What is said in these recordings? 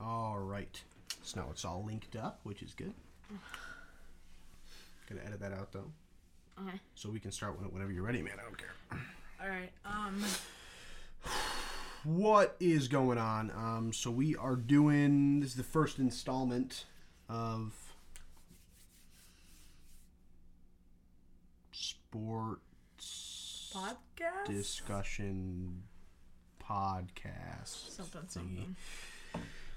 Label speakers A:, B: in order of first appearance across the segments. A: right. So now it's all linked up, which is good. Gonna edit that out though.
B: Okay.
A: So we can start when- whenever you're ready, man. I don't care.
B: All right. Um.
A: What is going on? Um, so we are doing this is the first installment of sports
B: Podcast.
A: discussion podcast.
B: Something,
A: thingy.
B: something.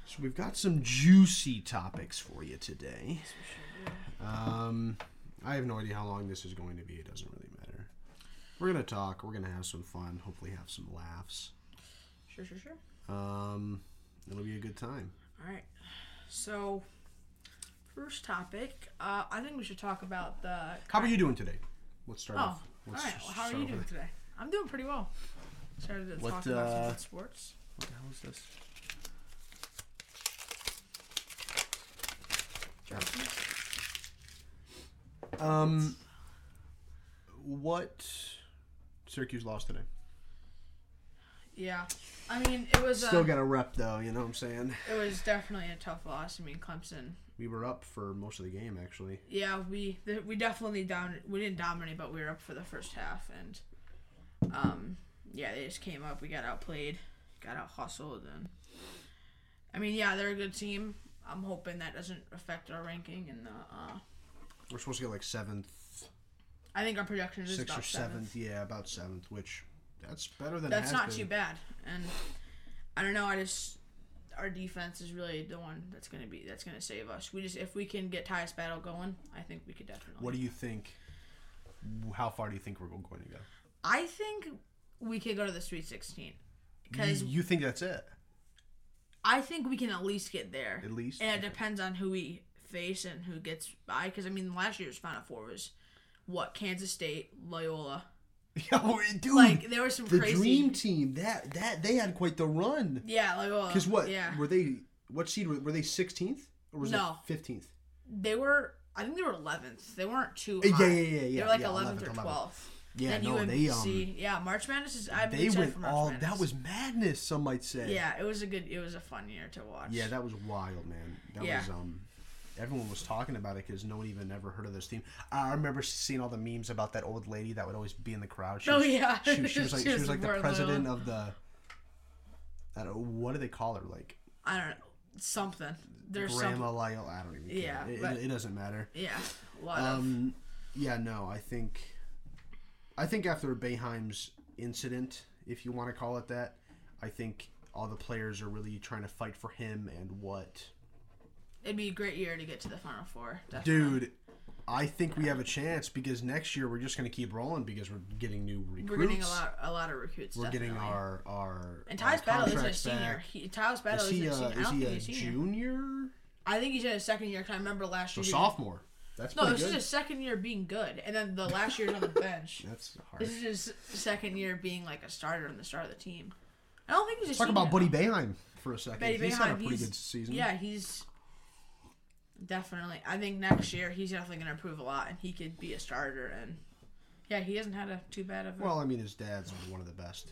A: So we've got some juicy topics for you today. Um, I have no idea how long this is going to be. It doesn't really matter. We're gonna talk. We're gonna have some fun. Hopefully, have some laughs.
B: Sure, sure, sure.
A: Um, it'll be a good time.
B: All right. So, first topic. Uh, I think we should talk about the.
A: How are you doing today? Let's start
B: Oh, all
A: off. Let's
B: right. Well, how are
A: start
B: you
A: off
B: doing
A: with-
B: today? I'm doing pretty well. Started to
A: What,
B: talk about some
A: uh,
B: good sports.
A: What the hell is this?
B: Jerseys.
A: Um, what Syracuse lost today?
B: Yeah. I mean, it was.
A: Still
B: Uh,
A: got a rep though. You know what I'm saying?
B: it was definitely a tough loss. I mean, Clemson.
A: We were up for most of the game actually.
B: Yeah, we th- we definitely down. We didn't dominate, but we were up for the first half, and um, yeah, they just came up. We got outplayed, got out hustled, and I mean, yeah, they're a good team. I'm hoping that doesn't affect our ranking, and the uh,
A: We're supposed to get like seventh
B: I think our projection is
A: sixth
B: about
A: or seventh. Yeah, about seventh, which that's better than
B: That's
A: it has
B: not
A: been.
B: too bad, and I don't know. I just our defense is really the one that's gonna be that's gonna save us. We just if we can get Tyus Battle going, I think we could definitely.
A: What do you think? How far do you think we're going to go?
B: I think we could go to the Sweet Sixteen. Because
A: You, you think that's it?
B: I think we can at least get there.
A: At least?
B: And it depends on who we face and who gets by. Because, I mean, last year's Final Four was what? Kansas State, Loyola.
A: Yo, dude,
B: Like, there was some
A: the
B: crazy.
A: dream team that that they had quite the run.
B: Yeah, Loyola.
A: Because what
B: Yeah.
A: were they? What seed were, were they? Sixteenth or was
B: No.
A: it fifteenth?
B: They were, I think they were 11th. They weren't too.
A: Eh, Yeah,
B: high.
A: yeah, yeah, yeah,
B: They were like
A: yeah,
B: 11th,
A: 11th,
B: or 12th.
A: Yeah,
B: then
A: no, they um
B: UMBC. yeah, March Madness is. I'm
A: they
B: excited
A: went
B: for March
A: all.
B: Madness.
A: That was madness. Some might say.
B: Yeah, it was a good. It was a fun year to watch. Oh,
A: Yeah, that was wild, man. That
B: Yeah.
A: was um. Everyone was talking about it because no one even ever heard of this team. I remember seeing all the memes about that old lady that would always be in the crowd. She
B: Oh,
A: was,
B: yeah.
A: she, she was like she
B: She
A: was,
B: was
A: like the
B: more
A: president of the. I don't know, what do they call her? Like
B: I don't know. Something. There's something.
A: Grandma Lyle. I don't even. Care.
B: Yeah,
A: it,
B: but-
A: it, it doesn't matter.
B: Yeah. A lot of.
A: Um, yeah, no, I think, I think after Bayheim's incident, if you want to call it that, I think all the players are really trying to fight for him and what
B: It'd be a great year to get to the Final Four. Definitely.
A: dude i think we have a chance because next year we're just going to keep rolling because we're getting new recruits
B: we're getting a lot, a lot of recruits.
A: We're getting
B: definitely.
A: our our
B: And
A: our
B: Tyus Battle isn't a
A: contracts
B: senior.
A: back.
B: He, Tyus Battle
A: is
B: is
A: he
B: not a
A: a,
B: senior. I
A: is
B: don't
A: he
B: think
A: a
B: he's a senior.
A: junior
B: I think he's in his second year. 'cause I remember last
A: so
B: year. he-
A: sophomore that's
B: No,
A: pretty
B: this
A: good
B: is his second year being good, and then the last year's on the bench.
A: that's hard
B: This is his second year being like a starter and the start of the team. I don't think he's a
A: talk
B: senior.
A: about buddy Boeheim for a second
B: Buddy
A: he's had a
B: Boeheim,
A: pretty
B: he's-
A: good season
B: Yeah, he's definitely. I think next year he's definitely going to improve a lot, and he could be a starter. And yeah, he hasn't had a too bad of a
A: well i mean his dad's one of the best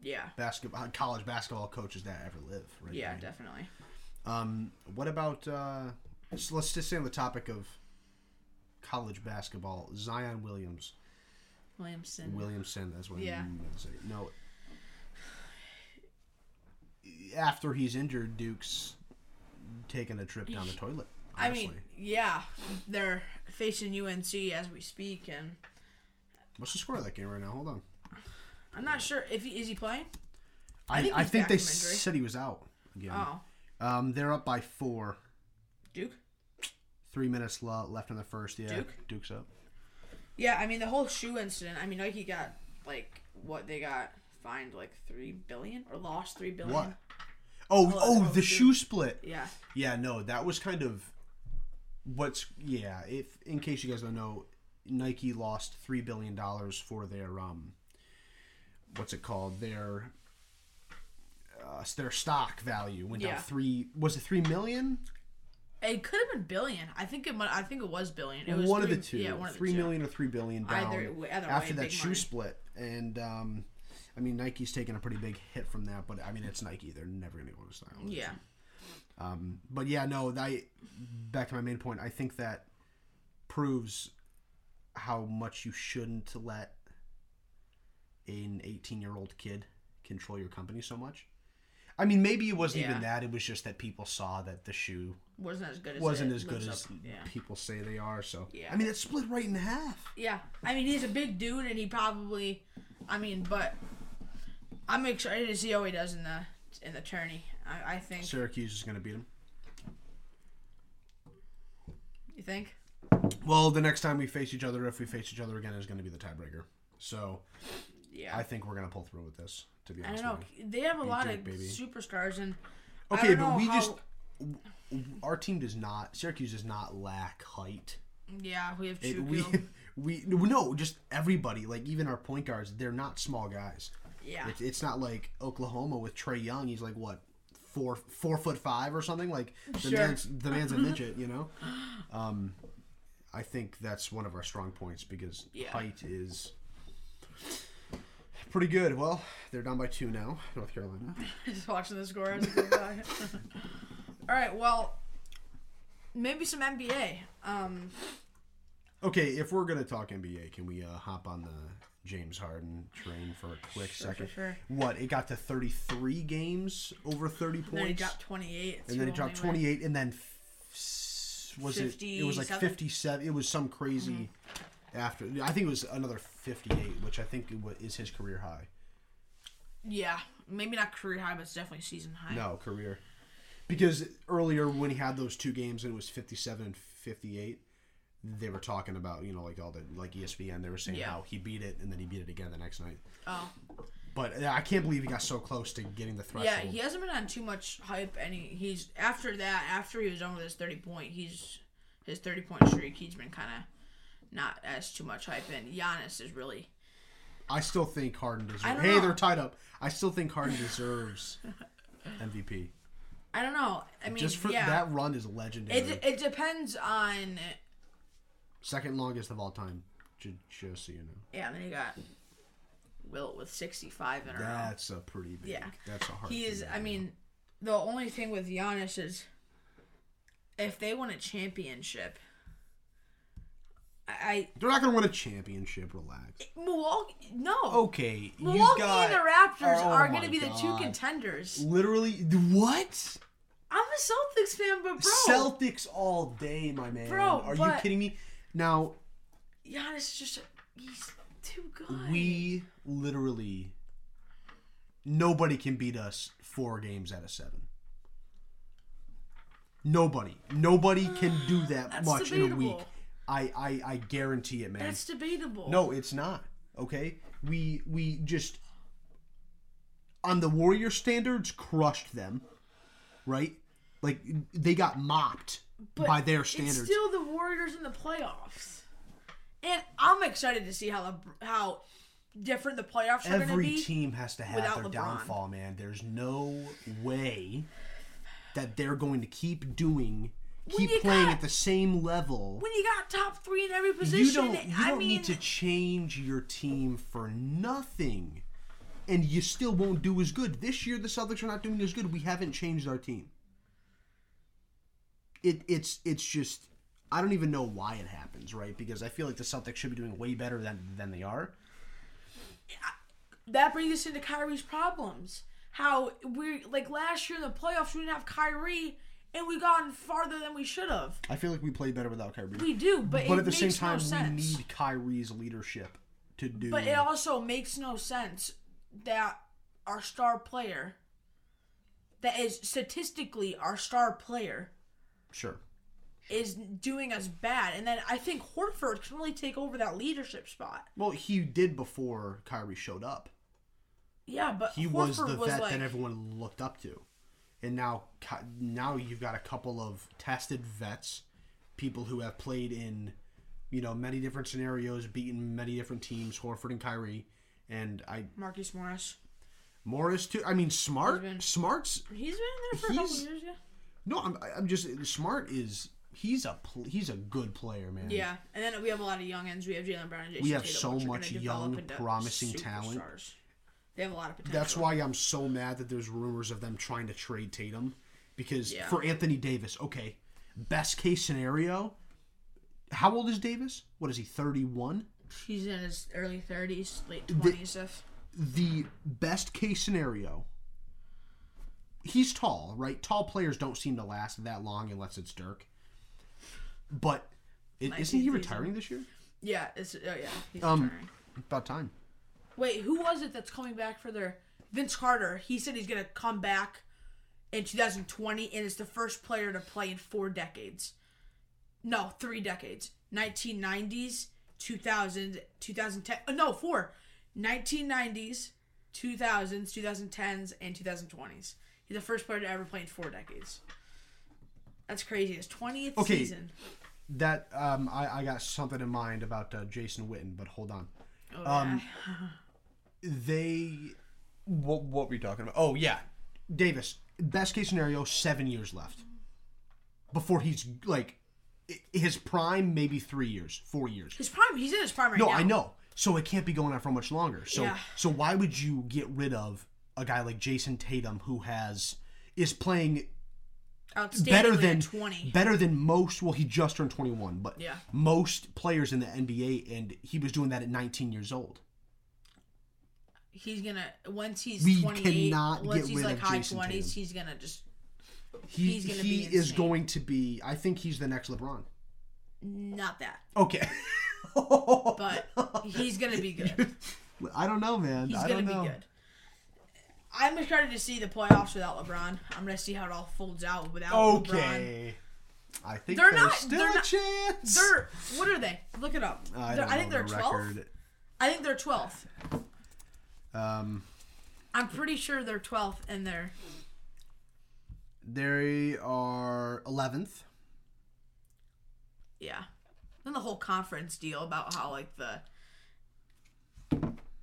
B: yeah,
A: basketball college basketball coaches that ever live right
B: yeah,
A: I mean,
B: definitely.
A: Um, what about uh, so let's just stay on the topic of college basketball. Zion Williams,
B: Williamson.
A: Williamson, that's what
B: Yeah.
A: I meant to say. No, after he's injured, Duke's taking a trip down the toilet.
B: I
A: Honestly.
B: mean, yeah, they're facing UNC as we speak, and
A: what's the score of that game right now? Hold on.
B: I'm not sure if he is he playing.
A: I, I think,
B: think he's back
A: they
B: from injury.
A: said he was out again.
B: Oh,
A: Um, they're up by four.
B: Duke.
A: Three minutes lo- left in the first. Yeah,
B: Duke?
A: Duke's up.
B: Yeah, I mean the whole shoe incident. I mean Nike got like what they got fined like three billion or lost three billion.
A: What? Oh,
B: Oh,
A: oh,
B: oh,
A: the
B: Duke.
A: shoe split.
B: Yeah,
A: Yeah, no, that was kind of what's yeah, if in case you guys don't know, Nike lost 3 billion dollars for their um what's it called? Their uh, their stock value went
B: Yeah.
A: down 3 was it 3 million?
B: it could have been billion. I think it. might- I think it was billion. It was
A: one
B: three-
A: of the two.
B: Yeah, one of the
A: Three
B: two.
A: million or 3 billion down
B: Either way- either
A: after
B: way,
A: that
B: big
A: shoe
B: money.
A: split and um I mean Nike's taking a pretty big hit from that, but I mean it's Nike. They're never going to go to style.
B: Yeah.
A: Um, but yeah, no, I back to my main point. I think that proves how much you shouldn't let an 18 year old kid control your company so much. I mean, maybe it wasn't
B: Yeah.
A: even that. It was just that people saw that the shoe
B: Wasn't as good as
A: wasn't
B: it
A: as good
B: lives
A: as
B: up- yeah.
A: people say they are. So
B: Yeah.
A: I mean, it split right in half.
B: Yeah, I mean he's a big dude, and he probably, I mean, but I'm excited to see how he does in the in the tourney. I, I think.
A: Syracuse is going to beat them.
B: You think?
A: Well, the next time we face each other, if we face each other again, is going to be the tiebreaker. So
B: Yeah.
A: I think we're going to pull through with this. To be
B: I
A: honest,
B: don't know.
A: with you.
B: They have a lot
A: Jake,
B: of
A: baby.
B: superstars, and I
A: Okay,
B: don't
A: but
B: know
A: we
B: how-
A: just our team does not Syracuse does not lack height.
B: yeah we have
A: It,
B: Chuku.
A: we we no, just everybody like even our point guards, they're not small guys.
B: yeah,
A: It's, it's not like Oklahoma with Trey Young. He's like what four four foot five or something. Like the
B: Sure.
A: man's the man's a midget, you know. Um, I think that's one of our strong points because
B: Yeah.
A: height is pretty good. Well, they're down by two now, North Carolina.
B: just watching the score as it goes by. All right, well, maybe some NBA. Um,
A: Okay, if we're gonna talk NBA, can we uh, hop on the James Harden train for a quick
B: Sure,
A: second?
B: sure, sure.
A: What it got to thirty three games over thirty points.
B: and then he dropped 28.
A: and then he dropped 28 and then f- was it it was like
B: 57?
A: 57 it was some crazy
B: Mm-hmm.
A: after i think it was another 58 which i think it wa- is his career high
B: Yeah, maybe not career high, but it's definitely season high.
A: no career because earlier when he had those two games and it was 57 and 58 they were talking about you know like all the like E espn they were saying
B: Yeah.
A: how he beat it and then he beat it again the next night
B: Oh,
A: but i can't believe he got so close to getting the threshold
B: yeah, he hasn't been on too much hype, and he, he's after that. After he was on with his 30 point, he's his 30 point streak. He's been kind of not as too much hype, and Giannis is really.
A: i still think harden deserves
B: don't
A: hey
B: know.
A: they're tied up i still think harden deserves mvp
B: I don't know. I mean,
A: just for
B: yeah,
A: that run is legendary.
B: it it depends on.
A: Second longest of all time. ju- Just so you know,
B: Yeah, and then he got Wilt with 65 in a row.
A: that's a pretty big.
B: Yeah.
A: that's a hard.
B: He is.
A: thing.
B: I mean, the only thing with Giannis is if they won a championship. I,
A: they're not gonna win a championship. Relax.
B: I Milwaukee. No.
A: Okay,
B: Milwaukee and the Raptors
A: Oh
B: are
A: my
B: going to be the two
A: God.
B: contenders.
A: Literally, what?
B: I'm a Celtics fan, but bro,
A: Celtics all day, my man.
B: Bro,
A: are you
B: but-
A: kidding me? Now
B: Giannis is just he's too good.
A: we literally nobody can beat us four games out of seven. Nobody, nobody can do that
B: That's
A: much in a week.
B: debatable.
A: I, I, I guarantee it, man.
B: That's debatable.
A: No, it's not. Okay, we we just on the Warrior standards crushed them, right? Like they got mopped
B: But
A: by their standards.
B: It's still the Warriors in the playoffs, and I'm excited to see how the, how different the playoffs are going to
A: Every
B: be.
A: team has to have
B: without
A: their
B: LeBron.
A: downfall, man. There's no way that they're going to keep doing, keep
B: you
A: playing
B: got-
A: at the same level.
B: When you got top three in every
A: You
B: position,
A: don't, you
B: I
A: don't
B: mean,
A: need to change your team for nothing, and you still won't do as good. This year, the Celtics are not doing as good. We haven't changed our team. It, it's it's just I don't even know why it happens, right? Because I feel like the Celtics should be doing way better than than they are.
B: that brings us into Kyrie's problems. How we like last year in the playoffs, we didn't have Kyrie, and we gotten farther than we should have.
A: I feel like we play better without Kyrie.
B: We do, but,
A: but
B: it
A: at the
B: makes
A: same time, we
B: no sense.
A: need Kyrie's leadership to do.
B: But it also makes no sense that our star player, that is statistically our star player,
A: sure.
B: is doing us bad. And then I think Horford can really take over that leadership spot.
A: Well, he did before Kyrie showed up.
B: Yeah, but
A: he
B: Horford
A: was the vet
B: like,
A: that everyone looked up to, and now Ki- now you've got a couple of tested vets, people who have played in, you know, many different scenarios, beaten many different teams, Horford and Kyrie, and I
B: Marcus Morris.
A: Morris too. I mean, Smart,
B: Husband.
A: Smart's
B: He's been in there for a couple
A: He's-
B: years, yeah.
A: no, I'm I'm just Smart is he's a pl- he's a good player, man.
B: Yeah, and then we have a lot of young ends. We have Jalen Brown and Jason
A: We have
B: Tatum,
A: so
B: which are
A: much
B: gonna develop
A: young,
B: into
A: promising talent.
B: superstars. They have a lot of potential.
A: That's why I'm so mad that there's rumors of them trying to trade Tatum because
B: Yeah.
A: for Anthony Davis, okay, best case scenario, how old is Davis? What is he? Thirty one.
B: He's in his early 30s, late 20s. If
A: The best case scenario. He's tall, right? Tall players don't seem to last that long unless it's Dirk. But is isn't he
B: season.
A: retiring this year?
B: yeah, it's oh yeah. He's
A: Um,
B: retiring.
A: About time.
B: Wait, who was it that's coming back for their Vince Carter? He said he's gonna come back in 2020, and is the first player to play in four decades. No, three decades: 1990s, 2000, 2010. uh, No, four: 1990s, 2000s, 2010s, and 2020s. He's the first player to ever play in four decades. That's crazy. His 20th
A: Okay.
B: season.
A: That um, I, I got something in mind about uh, Jason Witten, but hold on.
B: Oh,
A: um,
B: yeah.
A: they what what were you talking about? Oh yeah, Davis. Best case scenario, seven years left before he's like i- his prime, maybe three years, four years.
B: His prime. He's in his prime right
A: No,
B: now.
A: I know. So it can't be going on for much longer. So
B: Yeah.
A: so why would you get rid of a guy like Jason Tatum who has is playing
B: Outstanding
A: better than
B: 20.
A: better than most? Well, he just turned twenty one, but
B: Yeah.
A: most players in the NBA, and he was doing that at nineteen years old.
B: he's gonna once he's
A: We
B: 28
A: cannot
B: once
A: get
B: he's
A: rid
B: like
A: of
B: high
A: Jason
B: 20s
A: Tatum.
B: he's gonna just
A: He,
B: He's gonna
A: he
B: be
A: is
B: insane.
A: going to be. I think he's the next LeBron.
B: not that
A: Okay.
B: but he's gonna be good
A: I don't know, man.
B: he's
A: I
B: gonna
A: don't
B: be
A: know.
B: good I'm excited to see the playoffs without LeBron. I'm gonna see how it all folds out without LeBron.
A: Okay. I think
B: They're
A: there's
B: not-
A: still
B: they're
A: a
B: not-
A: chance.
B: They're what are they? Look it up.
A: I,
B: They're-
A: don't
B: think
A: know
B: they're
A: the
B: 12th.
A: record.
B: I think they're 12th.
A: Um,
B: I'm pretty sure they're 12th and they're
A: they are 11th.
B: yeah. Then the whole conference deal about how like the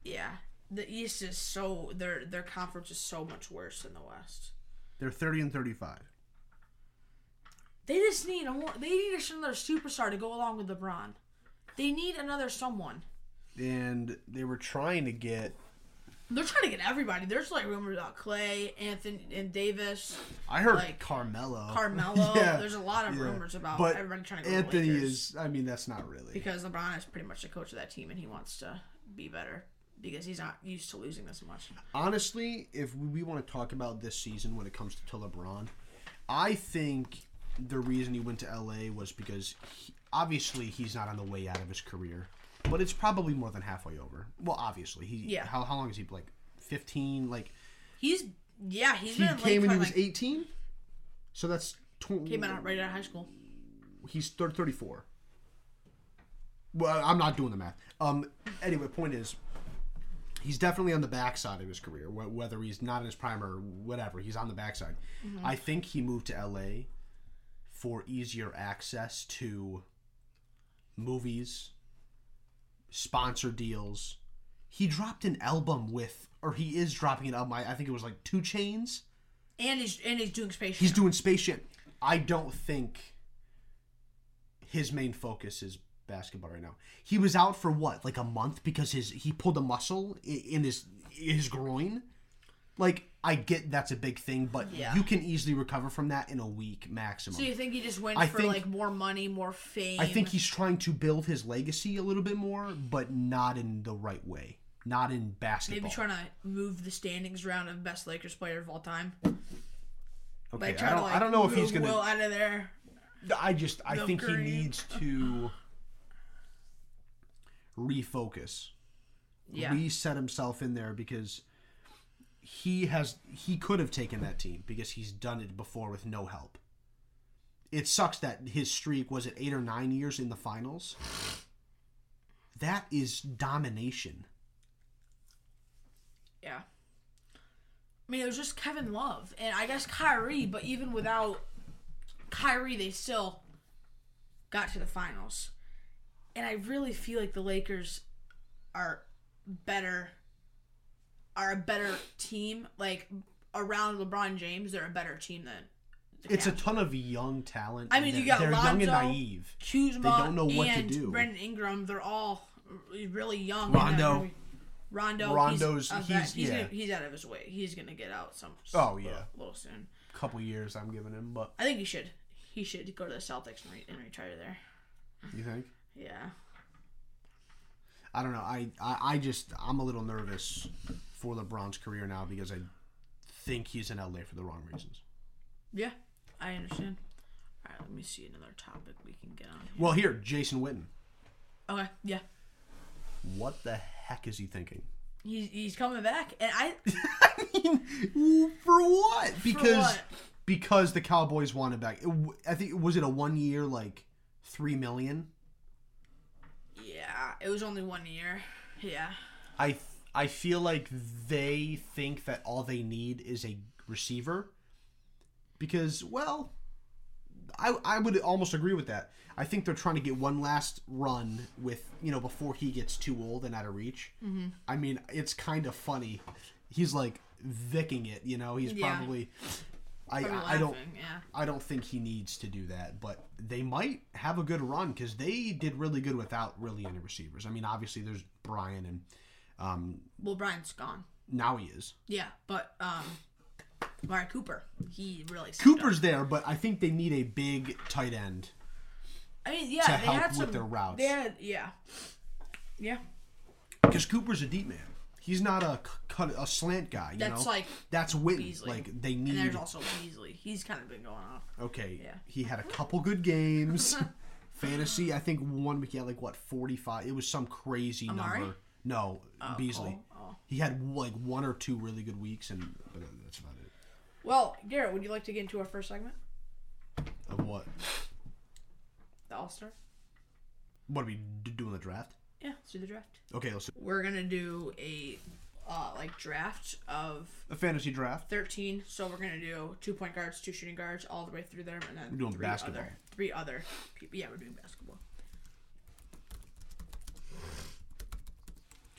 B: yeah the East is so their their conference is so much worse than the West.
A: They're 30 and 35.
B: They just need a more. They need another superstar to go along with LeBron. They need another someone.
A: And they were trying to get.
B: They're trying to get everybody. There's like rumors about Clay, Anthony, and Davis,
A: I heard
B: Like,
A: Carmelo.
B: Carmelo.
A: Yeah,
B: There's a lot of
A: yeah.
B: rumors about
A: But
B: everybody trying to go
A: Anthony
B: to the Lakers
A: is. I mean, that's not really.
B: because LeBron is pretty much the coach of that team, and he wants to be better because he's not used to losing this much.
A: honestly, if we want to talk about this season when it comes to, to LeBron, I think the reason he went to LA was because he, obviously he's not on the way out of his career, but it's probably more than halfway over. Well, obviously he.
B: Yeah.
A: How, how long is he like? Fifteen? Like
B: He's yeah, he's
A: he
B: been in
A: came
B: late
A: when he
B: prime,
A: was
B: like,
A: eighteen, so that's tw-
B: came out right out of high school.
A: he's thir- 34. Well, I'm not doing the math. Um, anyway, point is, he's definitely on the backside of his career, wh- whether he's not in his prime or whatever. He's on the backside. I think he moved to LA for easier access to movies, sponsor deals. He dropped an album with, or he is dropping an album. I, I think it was like Two Chains.
B: And he's and he's doing space.
A: He's
B: Jam.
A: doing spaceship. I don't think his main focus is basketball right now. He was out for what, like a month because his he pulled a muscle i- in his his groin. Like I get that's a big thing, but
B: Yeah.
A: you can easily recover from that in a week maximum.
B: so you think he just went
A: I
B: for
A: think-
B: like more money, more fame?
A: I think he's trying to build his legacy a little bit more, but not in the right way. Not in basketball.
B: Maybe trying to move the standings round of best Lakers player of all time.
A: okay,
B: Like
A: I
B: trying
A: don't,
B: to like
A: I don't know if he's
B: move
A: gonna.
B: Will out of there.
A: I just I
B: The
A: think
B: green.
A: he needs to refocus,
B: Yeah,
A: reset himself in there because he has he could have taken that team because he's done it before with no help. It sucks that his streak was at 8 or 9 years in the finals. That is domination.
B: yeah. I mean, it was just Kevin Love and I guess Kyrie, but even without Kyrie, they still got to the finals. And I really feel like the Lakers are better, are a better team. Like around LeBron James, they're a better team than
A: It's a ton of young talent.
B: I
A: and
B: mean, you
A: they're-
B: got
A: they're young and
B: Lonzo,
A: naive.
B: Kuzma
A: don't know what to
B: and
A: do.
B: Brandon Ingram, they're all r- really young. and
A: Rondo.
B: they're really- Rondo.
A: Rondo's-
B: he's a vet.
A: he's-
B: he's,
A: yeah.
B: gonna, he's out of his way. He's gonna get out some.
A: Oh, yeah.
B: a little soon.
A: couple years I'm giving him, but
B: I think he should. He should go to the Celtics and, re- and retire there.
A: you think?
B: Yeah.
A: I don't know. I, I, I just I'm a little nervous for LeBron's career now because I think he's in LA for the wrong reasons.
B: Yeah. I understand. All right. Let me see another topic we can get on.
A: Well, here Jason Witten.
B: Okay. Yeah.
A: What the heck is he thinking?
B: He's, he's coming back, and I
A: I mean, for what? Because
B: what?
A: because the Cowboys wanted back. It w- I think was it a one year like three million?
B: yeah, it was only one year. Yeah.
A: I th- I feel like they think that all they need is a receiver because well I I would almost agree with that. I think they're trying to get one last run with, you know, before he gets too old and out of reach. Mm-hmm. I mean, it's kind of funny. He's like vicking it, you know. He's
B: Yeah.
A: probably I,
B: Probably
A: I I don't
B: laughing, Yeah.
A: I don't think he needs to do that, but they might have a good run because they did really good without really any receivers. I mean, obviously there's Brian and um,
B: Well, Brian's gone.
A: now he is.
B: Yeah, but um, Amari Cooper, he really stepped up.
A: Cooper's there, but I think they need a big tight end.
B: I mean, yeah,
A: to
B: they
A: help
B: had
A: with
B: some,
A: their routes.
B: They had, yeah, yeah.
A: because Cooper's a deep man. He's not a c- cut a slant guy. You
B: That's
A: know?
B: like
A: that's Witten.
B: Beasley.
A: Like they
B: And
A: need.
B: there's also Beasley. He's kind of been going off.
A: okay,
B: Yeah.
A: he had a couple good games. Fantasy, I think one week he had like what forty five. It was some crazy
B: Amari?
A: number. No, Beasley.
B: Oh, oh.
A: He had like one or two really good weeks, and but that's about it.
B: Well, Garrett, would you like to get into our first segment,
A: Of what?
B: the All Star?
A: What are we d- doing the draft?
B: Yeah, let's do the draft.
A: Okay, let's do
B: We're gonna do a uh, like draft of
A: a fantasy draft.
B: 13. So we're gonna do two point guards, two shooting guards, all the way through them, and then
A: We're doing
B: three
A: basketball.
B: other three other people. Yeah, we're doing basketball.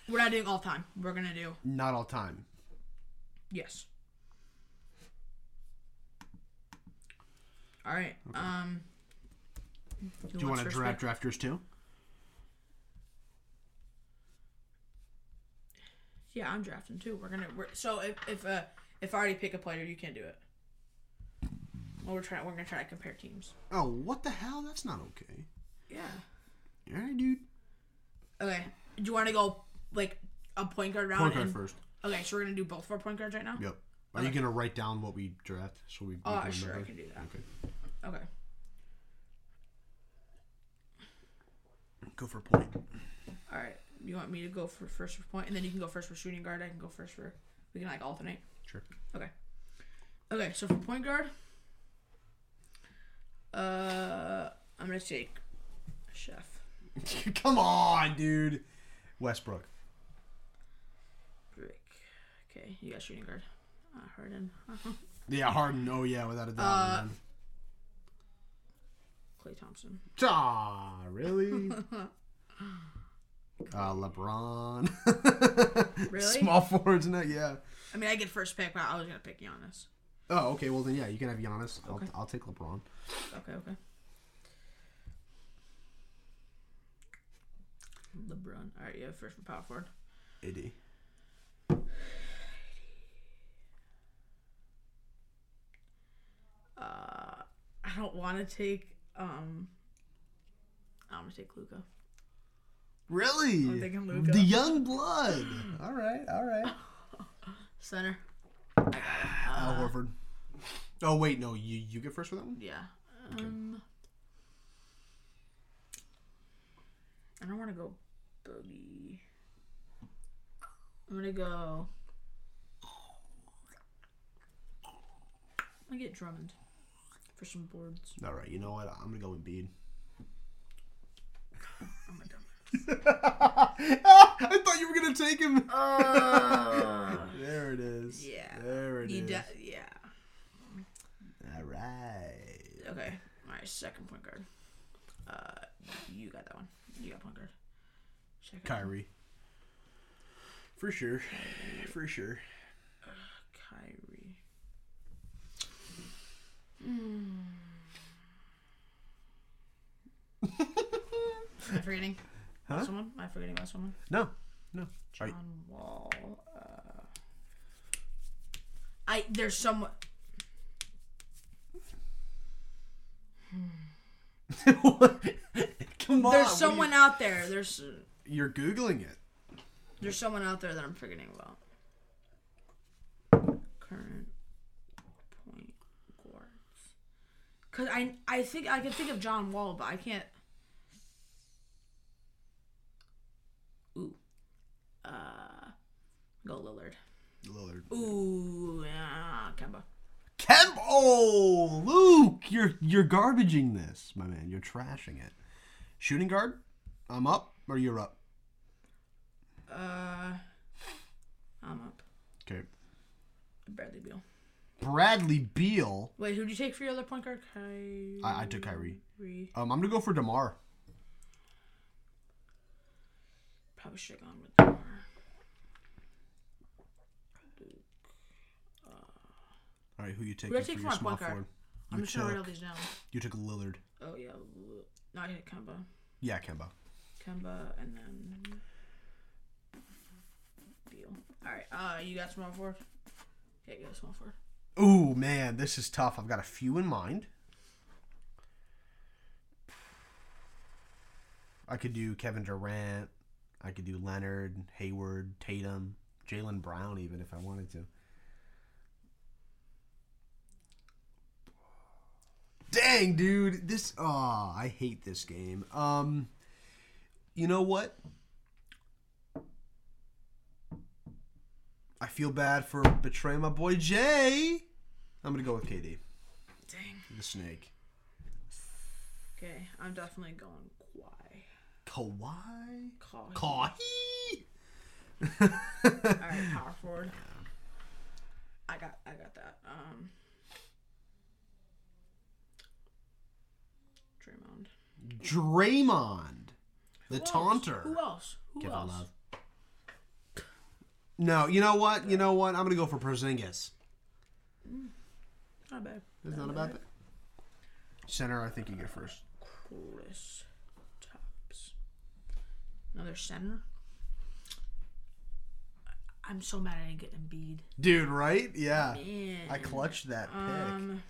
B: We're not doing all time. We're gonna do
A: Not all time.
B: yes. All right. Um.
A: Do you want to draft drafters too?
B: Yeah, I'm drafting too. We're gonna. We're, so if if uh, if I already pick a player, you can't do it. Well, we're trying. We're gonna try to compare teams.
A: Oh, what the hell? That's not okay.
B: Yeah.
A: All right, dude.
B: Okay. Do you want to go like a point guard round?
A: Point guard
B: and-
A: first.
B: Okay, so we're gonna do both of our point guards right now.
A: Yep. Are you gonna write down what we draft so we? we
B: Oh,
A: can
B: sure, I
A: remember?
B: can do that.
A: Okay.
B: Okay.
A: Go for a point.
B: All right. You want me to go for first for point, and then you can go first for shooting guard. I can go first for. We can like alternate.
A: Sure.
B: Okay. Okay. So for point guard, uh, I'm gonna take Chef.
A: Come on, dude. Westbrook.
B: Rick. Okay, you got shooting guard. Uh, Harden.
A: Yeah, Harden. Oh yeah, without a doubt.
B: Uh,
A: man.
B: Clay Thompson.
A: Ah, really? uh, LeBron.
B: Really?
A: Small forwards, no, yeah.
B: I mean, I get first pick, but I was gonna pick Giannis.
A: Oh, okay. Well, then, yeah, you can have Giannis. I'll,
B: Okay.
A: I'll take LeBron.
B: Okay, okay. LeBron. All right, yeah, first for power forward.
A: AD.
B: Uh, I don't want to take. Um, I'm gonna take Luca.
A: Really?
B: I'm thinking Luka.
A: The young blood. All right, all right.
B: Center.
A: Al Horford. Uh, Oh wait, no, you you get first for that one.
B: Yeah. Um, I don't want to go boogie. I'm gonna go. I get Drummond for some boards.
A: All right, you know what? I'm gonna go with Bede.
B: I'm a dumb.
A: I thought you were gonna take him. there it is.
B: Uh, Yeah.
A: There it is.
B: Ah! You de- yeah.
A: All right.
B: Okay. All right. Second point guard. Uh, you got that one. You got point guard. Second.
A: Kyrie. For sure. For sure.
B: Kyrie. Mm. Am I forgetting?
A: Huh?
B: Someone? Am I forgetting about someone?
A: No. No.
B: John
A: Are-
B: Wall. Uh, I there's someone.
A: Come on.
B: There's
A: what
B: someone out there. There's
A: are You, are googling it.
B: there's someone out there that I'm forgetting about. Current point guards. Cause I I think I can think of John Wall, but I can't. Ooh. Uh, go Lillard.
A: Lillard.
B: Ooh, yeah, Kemba.
A: Kemp. Oh, Luke, you're you're garbaging this, my man. You're trashing it. Shooting guard. I'm up or you're up.
B: Uh, I'm up.
A: Okay.
B: Bradley Beal.
A: Bradley Beal.
B: Wait, who'd you take for your other point guard? Kyrie.
A: I, I took Kyrie. Um, I'm gonna go for Demar.
B: Probably should have gone with Demar.
A: All right, who you taking
B: Who'd I
A: for
B: take
A: your
B: for my
A: small
B: point guard?
A: forward?
B: I'm
A: You
B: just gonna write all
A: took,
B: these down.
A: you took Lillard.
B: Oh yeah, no, I hit Kemba,
A: Yeah, Kemba.
B: Kemba, and then Beal. All right, uh, you got small forward. Yeah, you got small forward.
A: Ooh, man, this is tough. I've got a few in mind. I could do Kevin Durant. I could do Leonard, Hayward, Tatum, Jalen Brown, even if I wanted to. Dang, dude, this. Oh, I hate this game. Um, you know what? I feel bad for betraying my boy Jay. I'm gonna go with KD,
B: Dang.
A: the snake.
B: Okay, I'm definitely going Kawhi.
A: Kawhi.
B: Kawhi.
A: Kawhi.
B: All right, power forward. I got, I got that. Um, Draymond.
A: Draymond, the
B: Who else?
A: taunter.
B: Who else? Who
A: Kevin
B: else?
A: Love. No, you know what? You know what? I'm gonna go for Porzingis.
B: Not bad.
A: It's not a bad thing. Center, I think you get first.
B: Chris Tops. Another center. I'm so mad I didn't get Embiid.
A: Dude, right? Yeah.
B: Man.
A: I clutched that pick.
B: Um,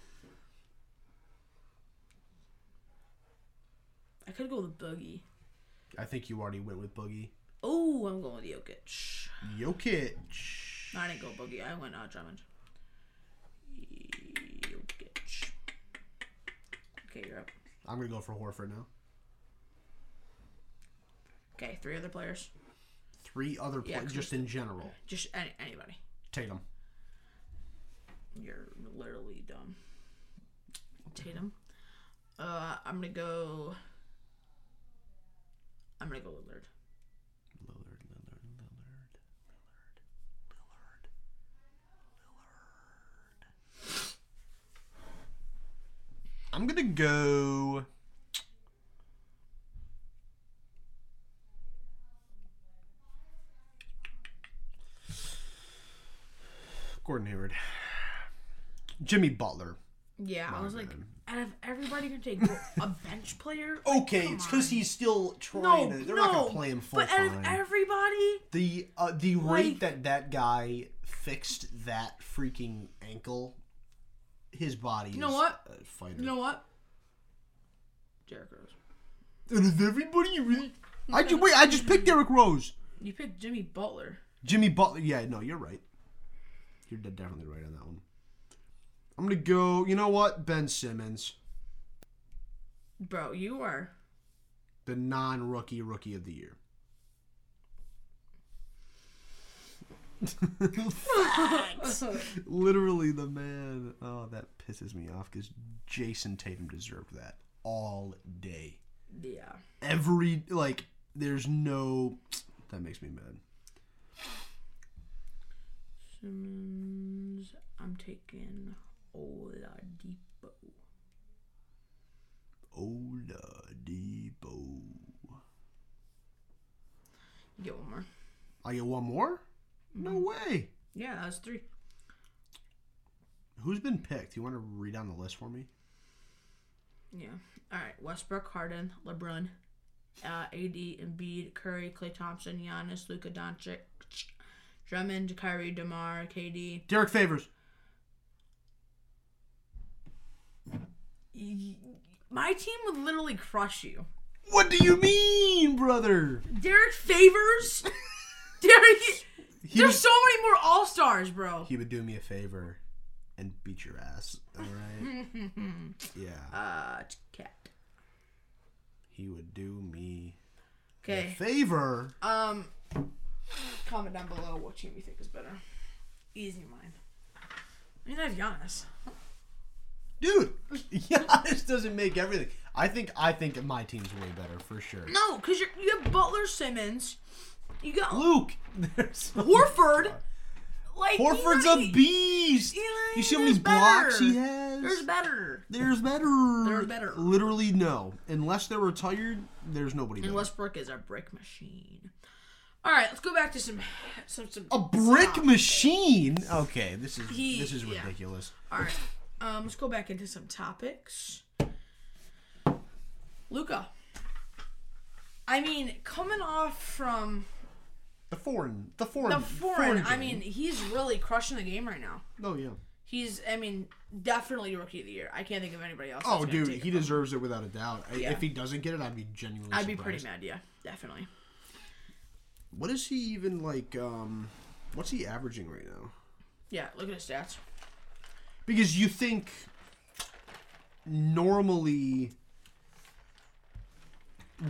B: I could go with Boogie.
A: I think you already went with Boogie.
B: Oh, I'm going with Jokic.
A: Jokic.
B: No, I didn't go Boogie. I went uh, Drummond. Jokic. Okay, you're up.
A: I'm gonna go for Horford now.
B: Okay, three other players.
A: Three other
B: Yeah,
A: players, just in general.
B: Just any, anybody.
A: Tatum.
B: You're literally dumb. Tatum. Uh, I'm gonna go. I'm gonna go Lillard.
A: Lillard, Lillard, Lillard, Lillard, Lillard, Lillard. I'm gonna go. Gordon Hayward, Jimmy Butler.
B: Yeah, I was like, out of everybody, you're taking a bench player.
A: Okay,
B: Come
A: it's because
B: on.
A: he's still
B: no,
A: trying to. They're
B: no.
A: not gonna play him full
B: but out of
A: time.
B: everybody,
A: The uh, the rate
B: Like-
A: that that guy fixed that freaking ankle, his body. You
B: know what?
A: A fighter.
B: you know what? Derrick Rose.
A: And is everybody really? I just wait. I just picked Derrick Rose,
B: You picked Jimmy Butler.
A: Jimmy Butler. Yeah, no, you're right. You're de- definitely right on that one. I'm gonna go. You know what? Ben Simmons,
B: Bro, you are.
A: the non-rookie rookie of the year. Literally the man. Oh, that pisses me off because Jason Tatum deserved that all day.
B: yeah.
A: Every like, there's no. That makes me mad.
B: Simmons. I'm taking Oladipo.
A: Oladipo.
B: You get one more.
A: I get one more? No
B: Mm-hmm.
A: way.
B: Yeah, that was three.
A: Who's been picked? You want to read down the list for me?
B: Yeah. All right. Westbrook, Harden, LeBron, uh, AD, Embiid, Curry, Clay Thompson, Giannis, Luka Doncic, Drummond, Kyrie, Demar, KD.
A: Derek Favors.
B: Y- my team would literally crush you.
A: What do you mean, brother?
B: Derek Favors. Derek.
A: He
B: There's
A: would,
B: so many more All Stars, bro.
A: he would do me a favor and beat your ass. All right. yeah.
B: Uh, cat.
A: He would do me a
B: Okay.
A: favor.
B: Um, comment down below what team you think is better. Easy mine. I mean, I have Giannis.
A: Dude, Giannis doesn't make everything. I think I think my team's way better for sure.
B: No, because you you have Butler, Simmons. You got
A: Luke, there's
B: Horford. Like you
A: Horford's
B: know,
A: a
B: you-
A: beast.
B: you know,
A: You see how
B: there's
A: many blocks
B: better.
A: he has.
B: There's better.
A: There's better.
B: There's better.
A: Literally no. Unless they're retired, there's nobody.
B: And
A: better.
B: Westbrook is a brick machine. All right, let's go back to some some some.
A: a brick machine. Okay, this is
B: He-
A: this is
B: yeah.
A: ridiculous.
B: All right, um, let's go back into some topics. Luca. I mean, coming off from
A: The foreign, the foreign,
B: the foreign, I
A: game.
B: mean, he's really crushing the game right now.
A: oh yeah.
B: He's, I mean, definitely rookie of the year. I can't think of anybody else. that's
A: Oh
B: gonna
A: dude,
B: take it
A: he
B: from him.
A: deserves it without a doubt. I
B: Yeah.
A: If he doesn't get it, I'd be genuinely.
B: I'd be
A: surprised.
B: pretty mad. Yeah, definitely.
A: What is he even like? Um, what's he averaging right now?
B: Yeah, look at his stats.
A: Because you think normally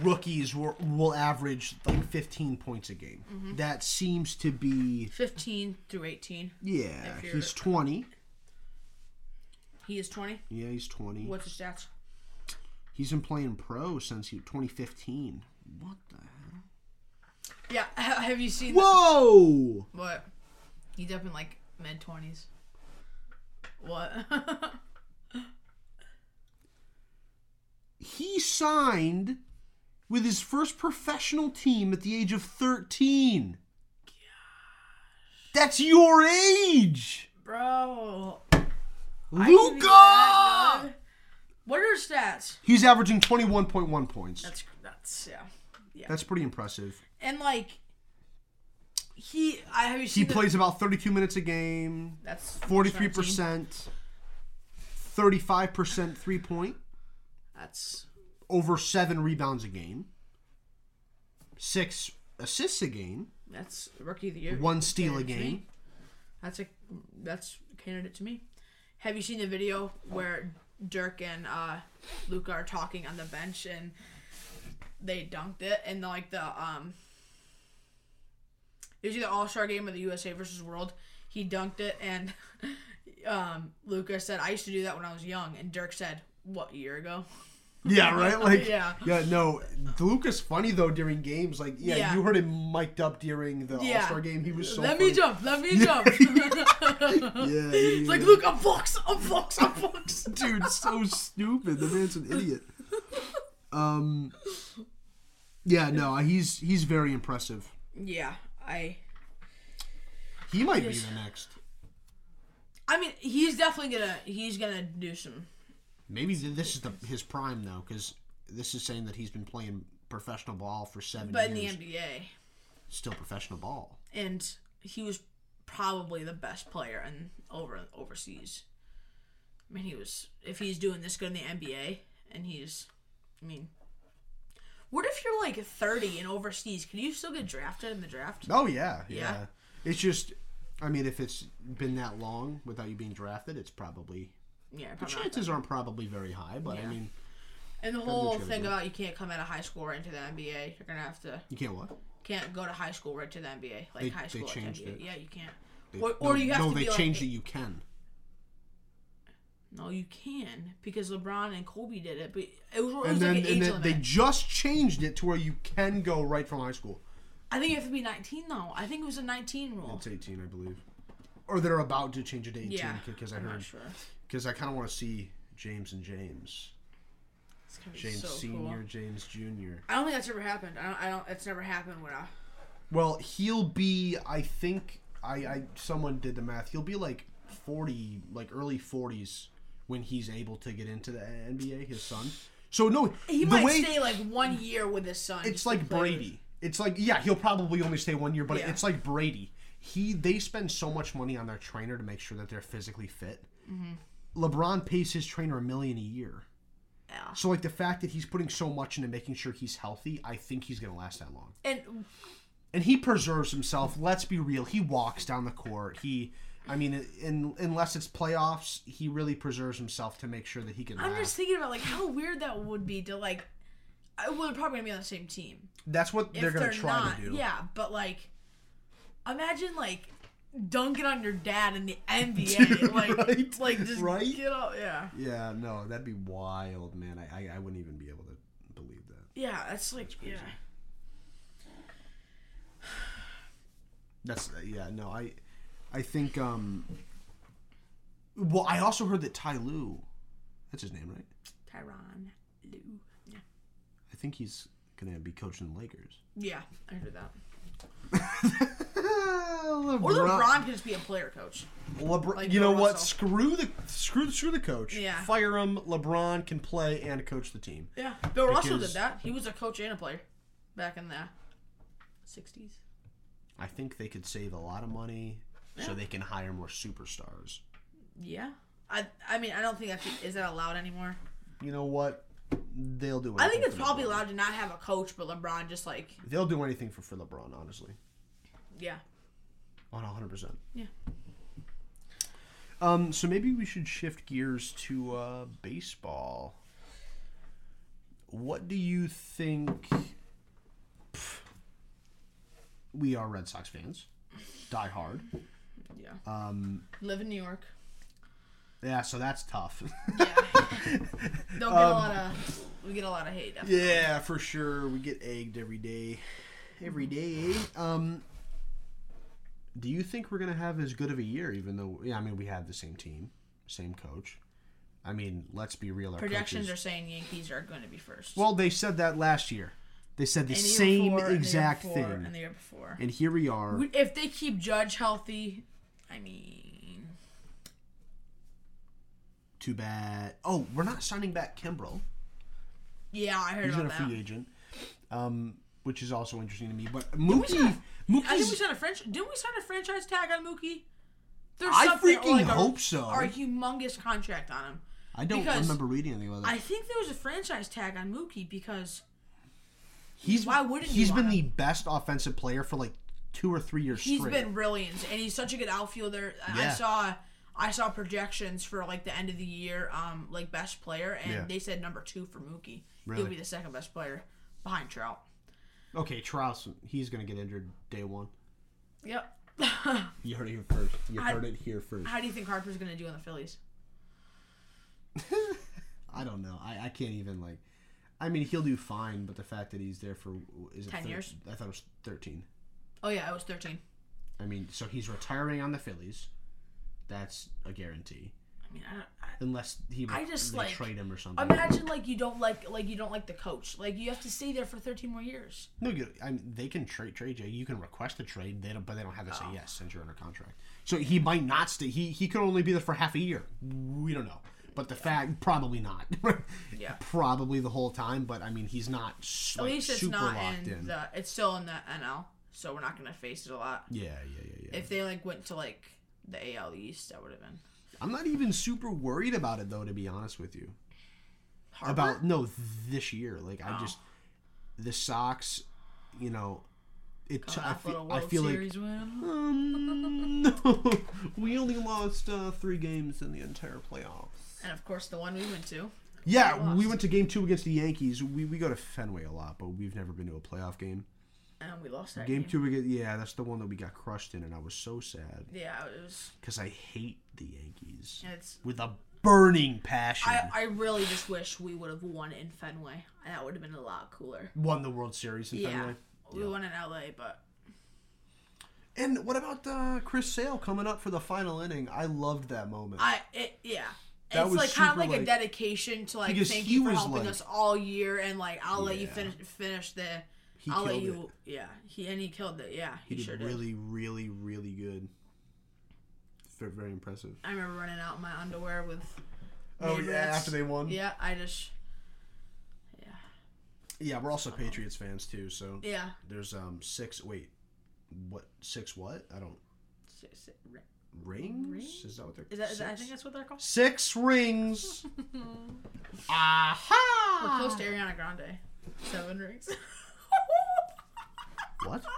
A: rookies will, will average like 15 points a game.
B: Mm-hmm.
A: That seems to be
B: Fifteen through eighteen.
A: yeah.
B: If you're-
A: He's 20.
B: He is twenty.
A: Yeah, he's 20.
B: What's his stats?
A: He's been playing pro since he 2015. What the hell?
B: Yeah, ha- have you seen?
A: Whoa!
B: What? He's up in like mid twenties. What?
A: He signed with his first professional team at the age of 13. That's your age,
B: Bro. I didn't even that
A: Luca.
B: good. What are his stats?
A: He's averaging 21.1 points.
B: That's that's yeah. Yeah.
A: That's pretty impressive.
B: and like he I have you
A: He
B: seen the-
A: plays about 32 minutes a game,
B: that's
A: 43%, 35% three point,
B: That's
A: over seven rebounds a game, six assists a game,
B: that's rookie of the year.
A: one steal a
B: Candidate to me.
A: game.
B: That's a that's a candidate to me. Have you seen the video where Dirk and uh, Luca are talking on the bench and they dunked it and like the um it was either All Star game or the USA versus World. He dunked it and um Luca said, "I used to do that when I was young," and Dirk said, "What a year ago?"
A: Yeah, right? Like,
B: Yeah.
A: no. Luca's funny, though, during games. Like, yeah,
B: Yeah.
A: you heard him mic'd up during the
B: Yeah.
A: All Star game. He was so.
B: let
A: funny.
B: me jump, let me jump. it's
A: Yeah, yeah, yeah.
B: like Luca, I'm Fox, I'm Fox, I'm Fox.
A: dude so stupid the man's an idiot um yeah no he's he's very impressive
B: yeah, I
A: he might be the next
B: I mean, he's definitely gonna he's gonna do some.
A: maybe th- this is the his prime though because this is saying that he's been playing professional ball for seven
B: But in the
A: years
B: NBA,
A: still professional ball
B: and he was probably the best player in over overseas. I mean, he was if he's doing this good in the NBA, and he's, I mean, what if you're like 30 and overseas? Can you still get drafted in the draft?
A: oh yeah yeah,
B: Yeah.
A: it's just i mean if it's been that long without you being drafted it's probably
B: Yeah,
A: the
B: probably not.
A: chances aren't probably very high but i
B: Yeah.
A: mean
B: And the whole
A: gotta
B: thing
A: do.
B: about you can't come out of high school right into the NBA. You're gonna have to
A: you can't what
B: can't go to high school right to the NBA. Like
A: They-
B: high
A: they
B: school, right to
A: changed
B: NBA.
A: it.
B: yeah, you can't.
A: They-
B: or or
A: no,
B: you have
A: no
B: to
A: they
B: be
A: changed
B: like,
A: it you can
B: No, you can because LeBron and Kobe did it, but it was, it was
A: and then,
B: like an
A: and
B: age
A: then
B: limit.
A: they just changed it to where you can go right from high school.
B: I think you have to be 19 though. I think it was a 19 rule.
A: It's 18, I believe. Or they're about to change it to 18
B: Yeah,
A: because I
B: I'm not
A: heard
B: sure.
A: because I kind of want to see James and James,
B: It's gonna be
A: James
B: so
A: Senior,
B: cool.
A: James Junior.
B: I don't think that's ever happened. I don't. I don't. It's never happened when I.
A: Well, he'll be. I think I, I someone did the math. He'll be like 40, like early 40s when he's able to get into the NBA. His son. So no,
B: He
A: the
B: might
A: way
B: stay like one year with his son. just
A: it's
B: to
A: like
B: play with-
A: Brady. It's like yeah, he'll probably only stay one year, but
B: Yeah.
A: it's like Brady. He they spend so much money on their trainer to make
B: Mm-hmm.
A: sure that they're physically fit. LeBron pays his trainer a million a year.
B: Yeah. Yeah.
A: So like the fact that he's putting so much into making sure he's healthy, I think he's gonna last that long.
B: And
A: and he preserves himself. Let's be real. He walks down the court. He, I mean, in, unless it's playoffs, he really preserves himself to make sure that he can.
B: I'm just
A: Last.
B: thinking about like how weird that would be to like. I, we're probably gonna be on the same team.
A: That's what they're
B: if
A: going to try
B: not,
A: to do.
B: Yeah, but like, imagine like dunking on your dad in the NBA,
A: Dude,
B: like,
A: right?
B: like just
A: Right?
B: get up. Yeah,
A: Yeah, no, that'd be wild, man. I, I, I wouldn't even be able to believe that.
B: yeah, that's like yeah.
A: That's uh, yeah, no, I, I think. um Well, I also heard that Ty Lue, that's his name, right?
B: Tyron Lou. Yeah,
A: I think he's going to be coaching the Lakers.
B: yeah, I heard that.
A: LeBron,
B: Or LeBron could just be a player coach.
A: LeBron,
B: Like
A: you know
B: Bill
A: what?
B: Russell.
A: Screw the screw screw the coach.
B: Yeah.
A: Fire him. LeBron can play and coach the team.
B: Yeah, Bill Russell
A: Because-
B: did that. He was a coach and a player back in the '60s.
A: I think they could save a lot of money, so they can hire more superstars.
B: Yeah, I I mean I don't think that's is that allowed anymore.
A: You know what? They'll do.
B: I
A: anything
B: think it's
A: for
B: probably
A: LeBron.
B: allowed to not have a coach, but LeBron just like
A: They'll do anything for for LeBron. Honestly,
B: yeah.
A: on hundred percent.
B: Yeah.
A: Um. So maybe we should shift gears to uh, baseball. What do you think? Pff, We are Red Sox fans, die hard.
B: Yeah.
A: Um,
B: Live in New York.
A: Yeah, so that's tough.
B: Yeah. They'll get a lot of we get a lot of hate. definitely.
A: um, yeah, for sure. We get egged every day. Every day. Um Do you think we're gonna have as good of a year even though yeah, I mean we have the same team, same coach. I mean, let's be real, our
B: Projections are
A: coaches,
B: saying Yankees are going to be first.
A: Well, they said that last year. They said the
B: And the year
A: same
B: before, and the year
A: exact
B: before,
A: thing.
B: And the year before.
A: And here we are.
B: We- If they keep Judge healthy, I mean,
A: Too bad. Oh, we're not signing back Kimbrel.
B: yeah, I heard
A: He's not
B: about
A: a free
B: that.
A: agent. Um, which is also interesting to me. But
B: sign-
A: Mookie
B: I think we
A: Mookie's
B: signed a French. Didn't we sign a franchise tag on Mookie? There's
A: I
B: something- or
A: freaking
B: a-
A: hope so.
B: Or a humongous contract on him.
A: I don't
B: because
A: remember reading anything about that.
B: I think there was a franchise tag on Mookie because
A: He's
B: Why wouldn't
A: he's
B: you
A: been
B: want
A: the best offensive player for like two or three years
B: He's
A: straight.
B: been brilliant, and he's such a good outfielder. I- I
A: Yeah.
B: saw I saw projections for like the end of the year, um, like best player, and
A: Yeah.
B: they said number two for Mookie. He'll
A: Really?
B: be the second best player behind Trout.
A: okay, Trout's he's gonna get injured day one.
B: Yep.
A: You heard it here first. You
B: I-
A: heard it here first.
B: How do you think Harper's gonna do in the Phillies?
A: I don't know. I, I can't even like. I mean, he'll do fine, but the fact that he's there for is it
B: 10
A: thir-
B: years?
A: I thought it was thirteen.
B: Oh yeah, I was thirteen.
A: I mean, so he's retiring on the Phillies. That's a guarantee,
B: I mean, I, don't-
A: unless he
B: I just,
A: they
B: like,
A: trade him or something.
B: I, imagine like you don't like like you don't like the coach. Like you have to stay there for thirteen more years.
A: No, you, I mean, they can trade trade you. You can request a trade, they don't, but they don't have to
B: Oh.
A: say yes since you're under contract. So he might not stay. He he could only be there for half a year. We don't know, but the fact probably not.
B: Yeah.
A: probably the whole time. But I mean, he's not s-
B: At
A: like,
B: least it's
A: super
B: not
A: locked
B: in,
A: in.
B: the. It's still in the NL, so we're not gonna face it a lot.
A: Yeah, yeah, yeah, yeah.
B: If they like went to like the AL East, that would have been
A: I'm not even super worried about it though, to be honest with you.
B: Harper?
A: About no this year, like
B: Oh.
A: I just the Sox, you know, it. T-
B: Coming
A: I
B: off a little
A: feel, I
B: World
A: feel like
B: Series win.
A: Um, no, we only lost uh, three games in the entire playoffs.
B: And of course, the one we went to.
A: Yeah,
B: We lost.
A: we went to game two against the Yankees. We, we go to Fenway a lot, but we've never been to a playoff game.
B: And we lost that game.
A: Game two against yeah, that's the one that we got crushed in, and I was so sad
B: Yeah, it was.
A: because I hate the Yankees
B: It's.
A: with a burning passion.
B: I, I really just wish we would have won in Fenway. That would have been a lot cooler.
A: Won the World Series in
B: Yeah.
A: Fenway.
B: We won in LA, but
A: And what about uh, Chris Sale coming up for the final inning? I loved that moment.
B: I it yeah.
A: That
B: it's
A: was
B: like kind of
A: super,
B: like, a
A: like-
B: dedication to like
A: Because
B: thank
A: he
B: you for
A: was
B: helping
A: like-
B: us all year and like I'll let you
A: Yeah.
B: finish finish the
A: He
B: I'll let
A: killed
B: you yeah he and he killed it yeah
A: he
B: he,
A: did
B: sure did
A: really, really, really good. Ve- Very impressive.
B: I remember running out in my underwear with
A: Oh
B: Neighbor
A: yeah,
B: Rats.
A: after they won.
B: yeah I just yeah
A: Yeah, we're
B: Uh-huh.
A: also Patriots fans too. So
B: yeah
A: there's um six. Wait, what? Six what? I don't
B: S- s-
A: rings.
B: Rings?
A: Is that what they're?
B: Is that, is that I
A: six?
B: think that's what they're called.
A: six rings. Aha!
B: We're close to Ariana Grande. Seven rings.
A: What?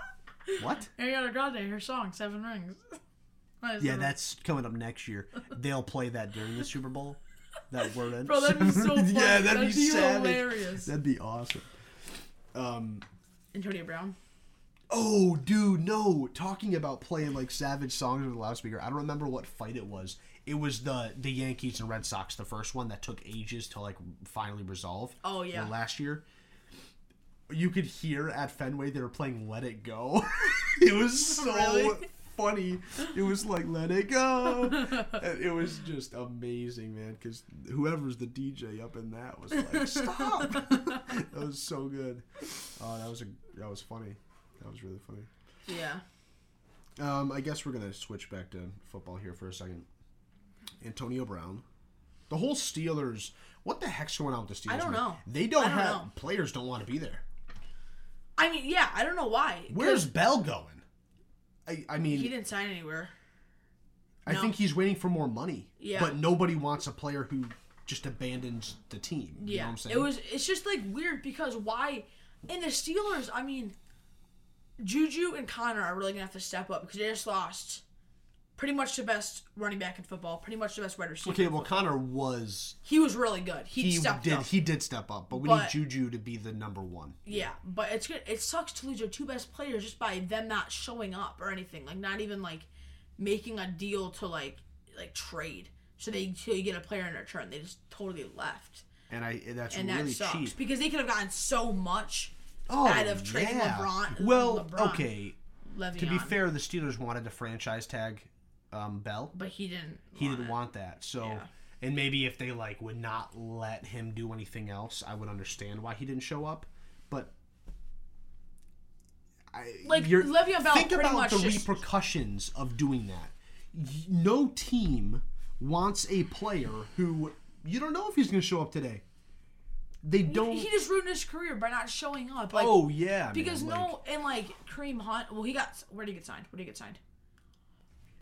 A: What?
B: Ariana Grande, her song Seven Rings. That is
A: Yeah,
B: seven-
A: that's coming up next year. They'll play that during the Super Bowl. That word. in-
B: Bro, that'd be so funny.
A: yeah, that'd, be,
B: be
A: savage.
B: hilarious.
A: That'd be awesome. Um.
B: Antonio Brown.
A: Oh, dude, no! Talking about playing like savage songs with a loudspeaker. I don't remember what fight it was. It was the the Yankees and Red Sox, the first one that took ages to like finally resolve.
B: Oh, yeah.
A: Or last year. You could hear at Fenway they were playing "Let It Go." it was so
B: Really?
A: funny. It was like "Let It Go." And it was just amazing, man. Because whoever's the DJ up in that was like, "Stop!" that was so good. Oh, that was a that was funny. That was really funny.
B: Yeah.
A: Um, I guess we're gonna switch back to football here for a second. Antonio Brown, the whole Steelers. What the heck's going on with the Steelers?
B: I don't
A: man?
B: know.
A: They don't,
B: I don't
A: have
B: know.
A: players. Don't want to be there.
B: I mean, yeah, I don't know why. 'Cause
A: Where's Bell going? I, I
B: he
A: mean,
B: didn't sign anywhere.
A: I
B: no.
A: think he's waiting for more money.
B: Yeah.
A: But nobody wants a player who just abandons the team. You know
B: Yeah.
A: what I'm saying?
B: it was it's just like weird because why in the Steelers, I mean Juju and Connor are really gonna have to step up because they just lost pretty much the best running back in football, pretty much the best wide receiver.
A: okay. Well, Connor was
B: He was really good. He,
A: he
B: stepped
A: did
B: up.
A: he did step up, but we need
B: But-
A: Juju to be the number one.
B: Yeah, but it's good. It sucks to lose your two best players just by them not showing up or anything. Like not even like making a deal to like like trade. So they so you get a player in return. They just totally left,
A: And I that's
B: and that
A: really
B: sucks
A: cheap. Oh,
B: because they could have gotten so much out of trading LeBron.
A: Well,
B: LeBron,
A: okay.
B: Le'Veon,
A: To be fair, the Steelers wanted to franchise tag um, Bell.
B: but he didn't.
A: He
B: want
A: didn't
B: it.
A: want that. So,
B: Yeah.
A: and maybe if they like would not let him do anything else, I would understand why he didn't show up. But I
B: Like,
A: you're-
B: Le'Veon Bell
A: Think
B: pretty
A: about
B: much
A: the
B: just-
A: repercussions of doing that. Y- No team wants a player who you don't know if he's going to show up today. They don't.
B: He just ruined his career by not showing up. Like,
A: oh yeah,
B: because
A: man, like,
B: no, and like Kareem Hunt. Well, he got where did he get signed? Where did he get signed?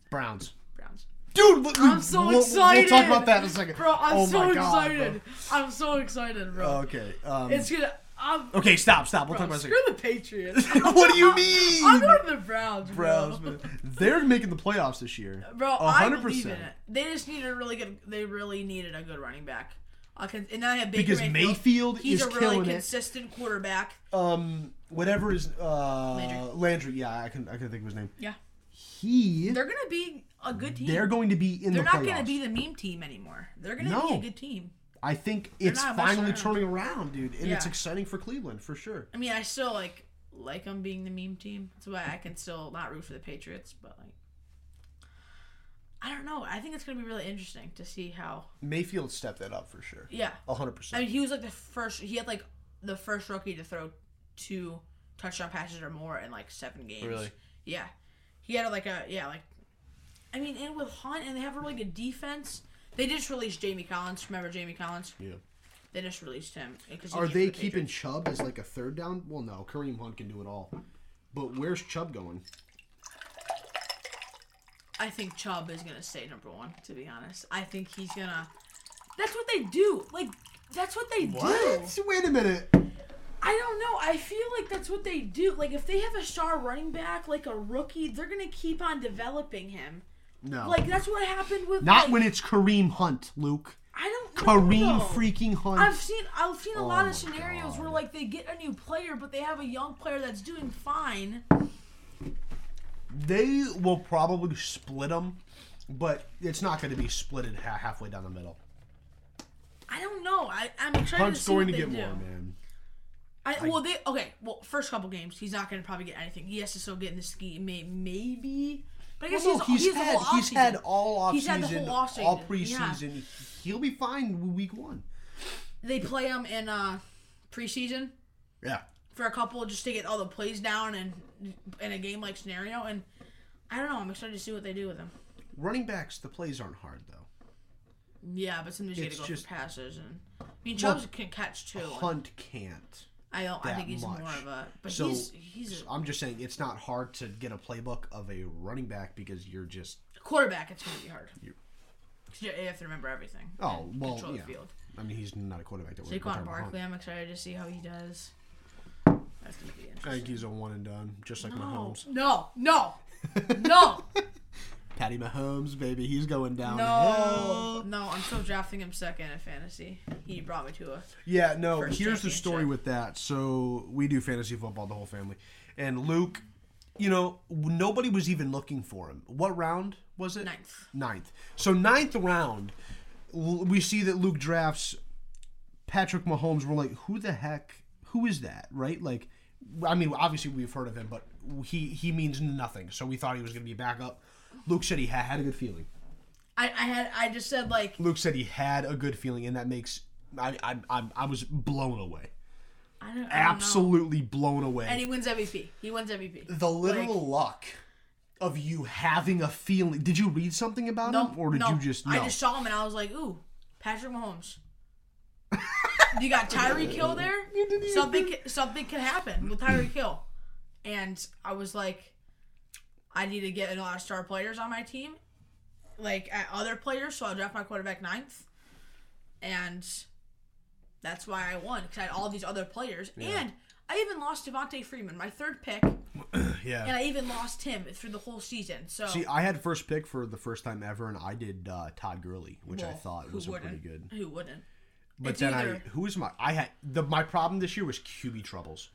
A: Browns.
B: Browns.
A: Dude, look,
B: I'm so excited.
A: We'll talk about that in a second,
B: Bro, I'm
A: Oh
B: so
A: my God, bro.
B: excited. I'm so excited, bro.
A: Okay. Um,
B: it's gonna. I'm,
A: okay, stop, stop. We'll talk
B: bro,
A: about it. in
B: screw
A: oh, a
B: the Patriots.
A: second. what do you mean?
B: I'm going to the Browns, bro.
A: Browns, man. They're making the playoffs this year.
B: Bro,
A: A
B: I
A: hundred
B: believe in
A: percent.
B: it. They just needed a really good. They really needed a good running back. Uh, con- and then I have Baker
A: Because Mayfield
B: He's
A: is
B: a really
A: killing it.
B: consistent quarterback.
A: Um, whatever is uh,
B: Landry.
A: Landry. Yeah, I can I can think of his name.
B: Yeah,
A: He. They're,
B: they're gonna be a good team.
A: going to be in
B: They're
A: the
B: not
A: playoffs.
B: gonna be the meme team anymore. They're gonna
A: No.
B: be a good team.
A: I think it's
B: not
A: finally
B: messing around.
A: turning around, dude, and it's
B: Yeah.
A: exciting for Cleveland for sure.
B: I mean, I still like like them being the meme team. That's why I can still not root for the Patriots, but like I don't know. I think it's gonna be really interesting to see how.
A: Mayfield stepped that up for sure.
B: Yeah,
A: A hundred
B: I
A: percent.
B: mean, he was like the first. He had like the first rookie to throw two touchdown passes or more in like seven games.
A: Really?
B: Yeah, he had like a yeah like. I mean, and with Hunt, and they have a really good defense. They just released Jamie Collins. Remember Jamie Collins?
A: Yeah.
B: They just released him. 'cause he
A: Are
B: came from
A: they
B: the
A: keeping
B: Patriots.
A: Chubb as like a third down? Well, no, Kareem Hunt can do it all. But where's Chubb going?
B: I think Chubb is gonna stay number one. To be honest, I think he's gonna. That's what they do. Like that's what they do.
A: Wait a minute.
B: I don't know. I feel like that's what they do. Like if they have a star running back, like a rookie, they're gonna keep on developing him.
A: No.
B: Like that's what happened with.
A: Not
B: like,
A: when it's Kareem Hunt, Luke.
B: I don't.
A: Kareem
B: know.
A: freaking Hunt.
B: I've seen I've seen a lot
A: my
B: of scenarios where
A: God.
B: like they get a new player, but they have a young player that's doing fine.
A: They will probably split them, but it's not going to be split at ha- halfway down the middle.
B: I don't know. I, I'm excited to
A: Hunt's
B: see
A: going to
B: what
A: get
B: they do.
A: more, man.
B: I, well, they okay. Well, first couple games, he's not going to probably get anything. He has to still get in the ski, may, maybe. But I guess
A: No, he's,
B: he's, he's,
A: had,
B: the whole
A: he's had
B: offseason.
A: all offseason,
B: He's had the whole offseason,
A: all
B: yeah.
A: preseason. He'll be fine week one.
B: They play him in uh, preseason
A: Yeah.
B: for a couple just to get all the plays down and in a game like scenario. And I don't know. I'm excited to see what they do with him.
A: Running backs, the plays aren't hard, though.
B: Yeah, but sometimes you got
A: It's
B: to go
A: just-
B: for passes. And I mean, Chubbs can catch too.
A: Hunt can't.
B: I don't. I
A: that
B: think he's
A: much.
B: more of a. But
A: So-
B: he's he's
A: I'm just saying it's not hard to get a playbook of a running back because you're just
B: a quarterback. It's going to be hard.
A: You-
B: You have to remember everything.
A: Oh, well,
B: control
A: yeah.
B: the field.
A: I mean, he's not a quarterback that we're, we're
B: Saquon
A: talking about.
B: Barkley, I'm excited to see how he does. That's gonna be
A: I think
B: interesting.
A: he's a one and done, just like
B: No,
A: Mahomes.
B: no, no, no,
A: Patty Mahomes, baby, he's going down.
B: no, no. I'm still drafting him second in fantasy. He brought me to a.
A: Yeah, no.
B: First
A: here's the story
B: championship.
A: with that. So we do fantasy football, the whole family, and Luke. You know, nobody was even looking for him. What round was it?
B: Ninth.
A: Ninth. So ninth round, l- we see that Luke drafts Patrick Mahomes. We're like, who the heck? Who is that? Right? Like, I mean, obviously we've heard of him, but he he means nothing. So we thought he was going to be a backup. Luke said he ha- had a good feeling.
B: I, I had I just said like
A: Luke said he had a good feeling, and that makes I I I, I was blown away.
B: I don't, I don't know.
A: Absolutely blown away.
B: And he wins MVP. He wins MVP.
A: the literal luck of you having a feeling. Did you read something about
B: No,
A: him, or did
B: no.
A: you just? No.
B: I just saw him and I was like, ooh, Patrick Mahomes. you got Tyreek Hill there. Something ca- something could happen with Tyreek Hill, and I was like, I need to get a lot of star players on my team, like at other players. So I draft my quarterback ninth, and that's why I won because I had all these other players, and I even lost Devontae Freeman, my third pick, and
A: yeah.
B: I even lost him through the whole season. So
A: See, I had first pick for the first time ever, and I did uh, Todd Gurley, which I
B: Well,
A: thought
B: who
A: was a pretty
B: wouldn't?
A: good.
B: Who wouldn't?
A: But
B: It's
A: then
B: either-
A: I, who was my? I had the my problem this year was QB troubles,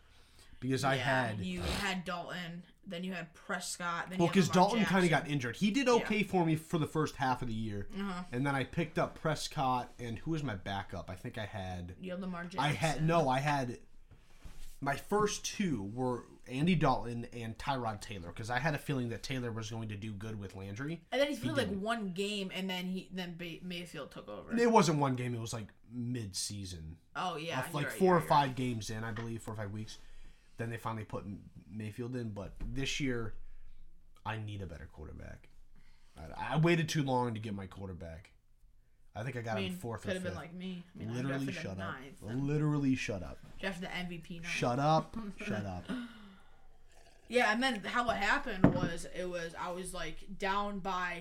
A: because I
B: Yeah,
A: had
B: you had Dalton, then you had Prescott, then
A: Well,
B: you had
A: because Dalton kind of
B: of
A: got injured. He did okay for me for the first half of the year,
B: Uh-huh.
A: and then I picked up Prescott and who was my backup? I think I had
B: you had Lamar Jackson.
A: I had no, I had my first two were Andy Dalton and Tyrod Taylor because I had a feeling that Taylor was going to do good with Landry.
B: and then he played like one game, and then he then Ba- Mayfield took over.
A: It wasn't one game; it was like mid-season,
B: oh yeah,
A: like
B: you're right,
A: four
B: you're
A: or
B: right, you're right.
A: 5 games in, I believe, four or five weeks. Then they finally put M- Mayfield in, but this year, I need a better quarterback. I, I waited too long to get my quarterback. I think I got
B: I
A: him
B: mean,
A: fourth or
B: could have
A: fifth.
B: been like me. I mean, I
A: Literally
B: drafted
A: shut
B: a
A: up.
B: ninth, and
A: Literally shut up.
B: drafted the MVP. Ninth.
A: Shut up. Shut up.
B: Yeah, and then how what happened was it was I was like down by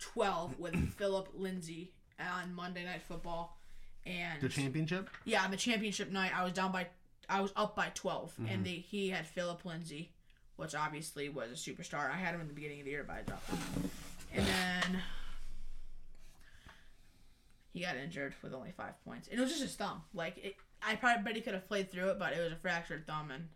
B: twelve with Philip Lindsay on Monday Night Football, and
A: The championship.
B: Yeah, on the championship night, I was down by, I was up by 12,
A: Mm-hmm.
B: and they, he had Philip Lindsay, which obviously was a superstar. I had him in the beginning of the year, but I dropped him. And then he got injured with only five points, and it was just his thumb. Like it, I probably bet he could have played through it, but it was a fractured thumb, and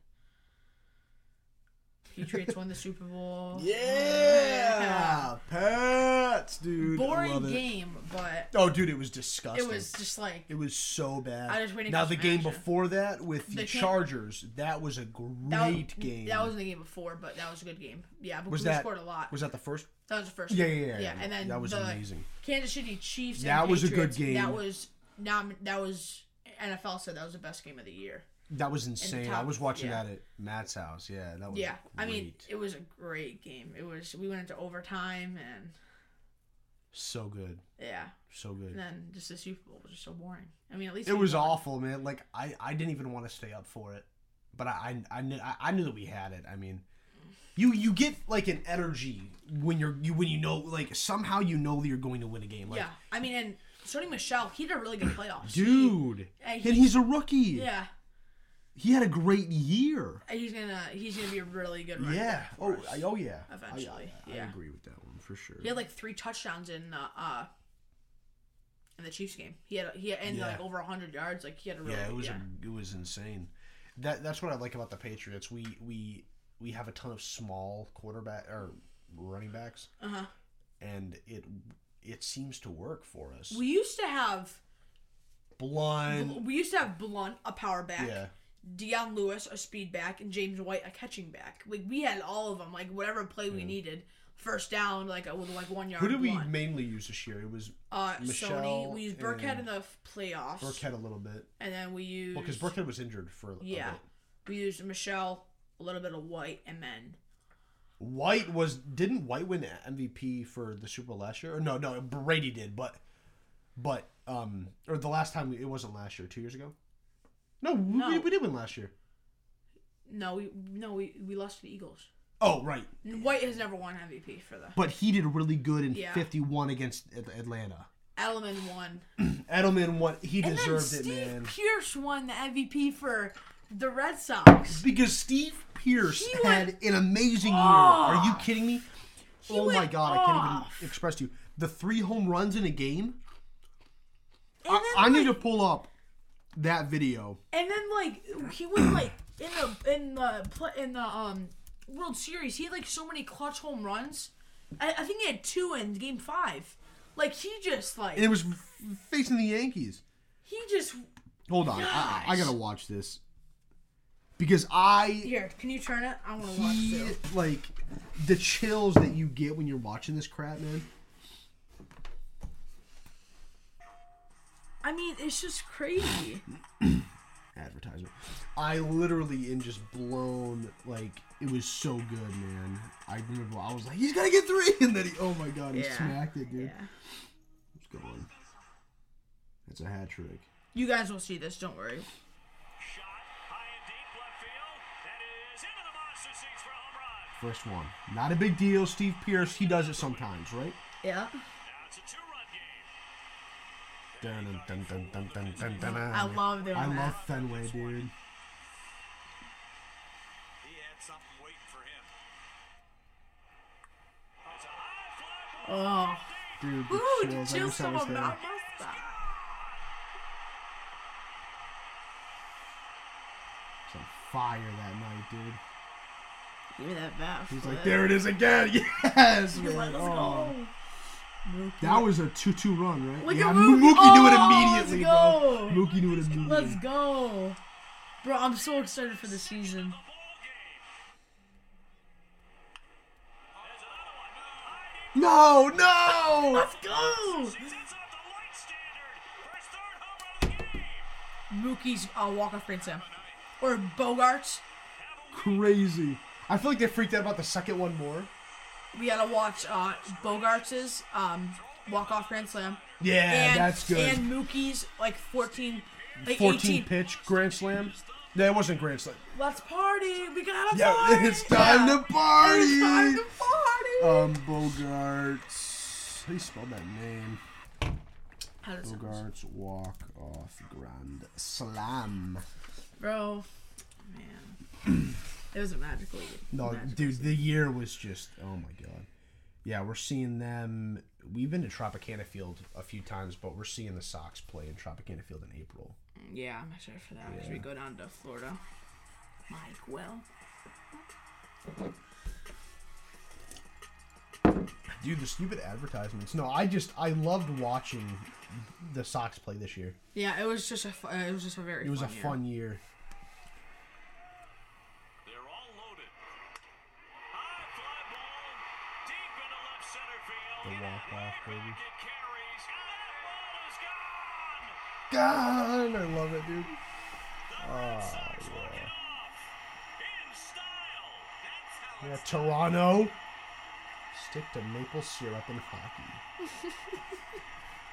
B: Patriots won the Super Bowl.
A: Yeah, Pats, dude. I
B: boring
A: love it.
B: game, but
A: Oh, dude, it was disgusting.
B: it was just like
A: It was so bad.
B: I was waiting
A: now
B: for
A: the
B: some
A: game
B: action.
A: before that with the,
B: The cam-
A: Chargers, that was a great
B: that was,
A: game.
B: That wasn't the game before, but that was a good game. Yeah, but
A: Was
B: we
A: that-
B: scored a lot.
A: was that the first?
B: That was the first.
A: Yeah,
B: one.
A: yeah, yeah.
B: and then
A: that was
B: the
A: amazing.
B: Kansas City Chiefs. and
A: That was a good
B: Patriots,
A: game.
B: That was nom- That was NFL said that was the best game of the year.
A: That was insane. I
B: top-
A: was watching
B: yeah.
A: that at Matt's house. Yeah, that was.
B: Yeah, I mean
A: great.
B: it was a great game. It was we went into overtime and
A: so good,
B: yeah,
A: so
B: and
A: good.
B: then just the Super Bowl was just so boring. I mean at least
A: It
B: we
A: was
B: won.
A: awful, man. Like I, I didn't even want to stay up for it, but I, I, I knew, I- I knew that we had it. I mean, you, you get like an energy when you're, you when you know, like somehow you know that you're going to win a game. Like,
B: yeah, I mean and Sony Michelle he did a really good playoffs. He-
A: dude,
B: I-
A: and he's a rookie.
B: yeah,
A: He had a great year.
B: he's gonna he's gonna be a really good. running
A: Yeah.
B: back for
A: Oh,
B: us.
A: I, oh yeah. I-
B: Eventually,
A: I, I,
B: yeah.
A: agree with that one for sure.
B: He had like three touchdowns in uh, uh in the Chiefs game. He had he had, and
A: Yeah.
B: like over hundred yards. Like he had a really
A: yeah, it
B: good-
A: was A, it was insane. That that's what I like about the Patriots. We we we have a ton of small quarterback or running backs,
B: Uh-huh.
A: and it it seems to work for us.
B: We used to have
A: Blunt.
B: we used to have Blunt a power back,
A: Yeah.
B: Deion Lewis a speed back, and James White a catching back. Like we had all of them. Like whatever play we needed, first down like a, with like one yard.
A: Who did we
B: Blount.
A: mainly use this year? It was
B: Uh,
A: Michelle
B: Sony. We used Burkhead
A: and-
B: in the f- playoffs,
A: Burkhead a little bit.
B: and then we used
A: Well, because Burkhead was injured for a
B: yeah,
A: bit.
B: we used Michelle a little bit of White, and then
A: White was didn't White win MVP for the Super Bowl last year? Or no, no, Brady did, but but um or the last time we, it wasn't last year, 2 years ago. No, we,
B: No.
A: we did win last year.
B: no, we no we we lost to the Eagles.
A: Oh, right.
B: White has never won MVP for the.
A: But he did really good in
B: Yeah.
A: 51 against At- Atlanta.
B: Edelman won.
A: Edelman, what he
B: And then
A: deserved it,
B: Steve
A: man.
B: Pierce won the MVP for the Red Sox.
A: Because Steve Pierce
B: He
A: had
B: went
A: an amazing year. Are you
B: off.
A: kidding me? oh my
B: went
A: god, I can't
B: off.
A: even express to you the three home runs in a game.
B: And then,
A: I need
B: like-
A: to pull up that video.
B: And then like he went like in the in the pla- in the um World Series, he had like so many clutch home runs. I, I think he had two in Game Five. Like he just like
A: And it was f- facing the Yankees.
B: he just
A: Hold on, I, I
B: Yes.
A: gotta watch this because I
B: here. Can you turn it? I want to watch
A: he,
B: too.
A: like the chills that you get when you're watching this crap, man.
B: I mean, it's just crazy.
A: Advertisement. I literally am just blown. Like it was so good, man. I remember I was like, he's gonna get three, and then he, oh my god, he
B: Yeah.
A: smacked it, dude.
B: Yeah.
A: It's a good one. That's a hat trick.
B: You guys will see this. Don't worry.
C: Shot high and deep left field. That is
A: First
C: into the monster seats for a home run.
A: one. Not a big deal. Steve Pierce, he does it sometimes, right?
B: Yeah.
C: Now it's a two-run game.
A: Dun, dun, dun, dun, dun, dun, dun,
B: I love doing
A: I
B: that.
A: love Fenway, dude.
C: He had something waiting for him. It's a high fly ball.
B: Oh.
A: Dude, the
B: Ooh,
A: chills.
B: did
A: I
B: you
A: wish I
B: saw
A: was
B: him? I
A: there.
B: missed that.
A: He's on fire that night, dude.
B: Give me that bat.
A: He's
B: flip.
A: like, there it is again. Yes,
B: You're
A: man.
B: like, let's
A: Oh.
B: go.
A: That was a 2-2 run, right?
B: Look
A: yeah,
B: at
A: Mo-
B: Mookie.
A: Mookie knew
B: Oh,
A: it
B: let's
A: immediately,
B: go.
A: bro. Mookie knew it immediately.
B: Let's go. Bro, I'm so excited for the season.
C: The ball game. There's another
A: No,
C: one. High deep.
A: no.
B: Let's go!
C: Sends out the light standard for his third home run of the game.
B: Mookie's uh, walk-off grand slam. Or Bogart's.
A: Crazy. I feel like they freaked out about the second one more.
B: We gotta watch uh, Bogart's um, walk-off grand slam.
A: Yeah,
B: and,
A: that's good.
B: And Mookie's like 14, like
A: 14
B: 18.
A: pitch grand slam. No, it wasn't grand slam.
B: Let's party! We gotta
A: Yeah,
B: party!
A: it's time
B: Yeah.
A: to party.
B: It's time to party!
A: Um, Bogarts. How do you spell that name?
B: How does it sound?
A: Bogarts walk off grand slam.
B: Bro, man, it was a magical.
A: No,
B: magical
A: dude, the year was just oh my god. Yeah, we're seeing them. We've been to Tropicana Field a few times, but we're seeing the Sox play in Tropicana Field in April.
B: Yeah, I'm excited for that as we go down to Florida. Mike, well,
A: Dude, the stupid advertisements. No, I just I loved watching the Sox play this year.
B: yeah, it was just a fu- uh, it was just a very
A: It was
B: fun
A: a
B: year.
A: fun year.
C: They're all loaded. High
A: The
C: fly ball, deep into left center field.
A: walk-off, baby.
C: It carries, and that ball is
A: God, I love
C: gone.
A: it, dude. Oh,
C: In style. That's how
A: Yeah, Toronto. Stick to maple syrup and hockey.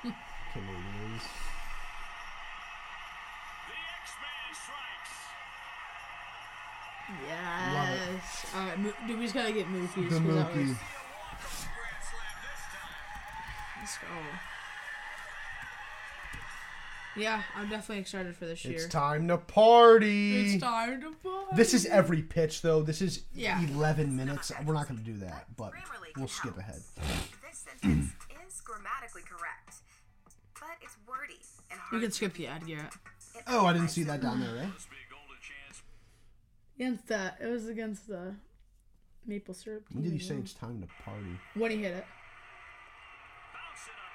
A: Canadians.
C: the X-Man strikes.
B: Yes. All right, Mo- dude, we just gotta get Mookies.
A: The
B: 'cause that
A: Mookie.
B: was- Let's go. Yeah, I'm definitely excited for this
A: It's
B: year.
A: time to party.
B: It's time to party.
A: This is every pitch, though. This is
B: Yeah.
A: 11 minutes. We're not going to do that, but we'll skip ahead.
D: This sentence is grammatically correct, but it's wordy and hard.
B: You can skip the ad, Garrett.
D: to-
A: Oh, I didn't see that down there, eh?
C: This be a golden chance.
B: Against the, it was against the maple syrup.
A: When did you
B: Mm-hmm.
A: say it's time to party?
B: When he hit it,
C: Bounce it up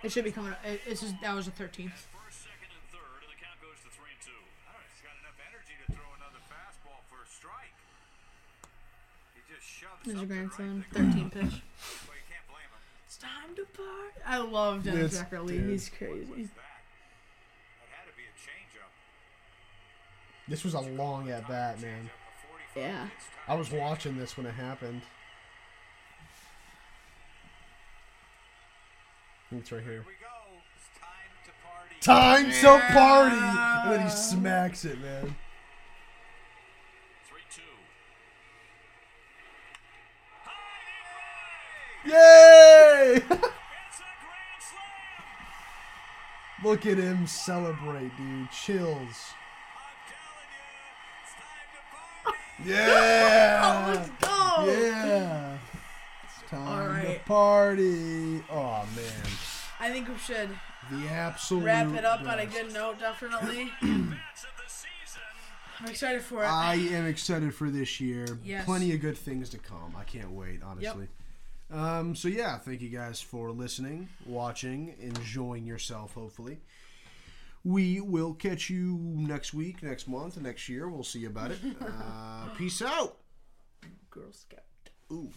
C: there.
B: it should be coming. Up. It, it's just that was the 13th.
C: First, second, and third, and the count goes to three and two.
E: I don't know, he's got enough energy to throw another fastball for a strike. He just shoved
B: There's your
E: something right
B: grandson,
E: there.
B: 13 pitch.
E: Well, you can't blame him.
B: It's time to party. I love Dennis
A: That's-
B: Zachary Lee.
A: dude.
B: He's crazy.
E: That, that had to be a changeup.
A: This was a long at bat, man.
E: A 45
B: Yeah.
A: I was watching this when it happened. I think It's right here.
E: Here we go. It's time to party.
A: Time to party! And then he smacks it, man.
C: Three two.
A: Yay!
C: It's a grand
A: Look at him celebrate, dude. Chills.
E: I'm telling you, it's time to party.
B: Oh,
A: Yeah.
B: let's go.
A: Yeah. It's time
B: Alright.
A: to party. Oh man,
B: I think we should
A: the absolute.
B: wrap it up on a
A: best.
B: good note, definitely.
E: Match of the season.
B: I'm excited for it.
A: I am excited for this year.
B: Yes.
A: Plenty of good things to come. I can't wait, honestly. Um, so yeah, thank you guys for listening, watching, enjoying yourself. Hopefully, we will catch you next week, next month, next year. We'll see about it. Uh, peace out.
B: Girl Scout.
A: Ooh.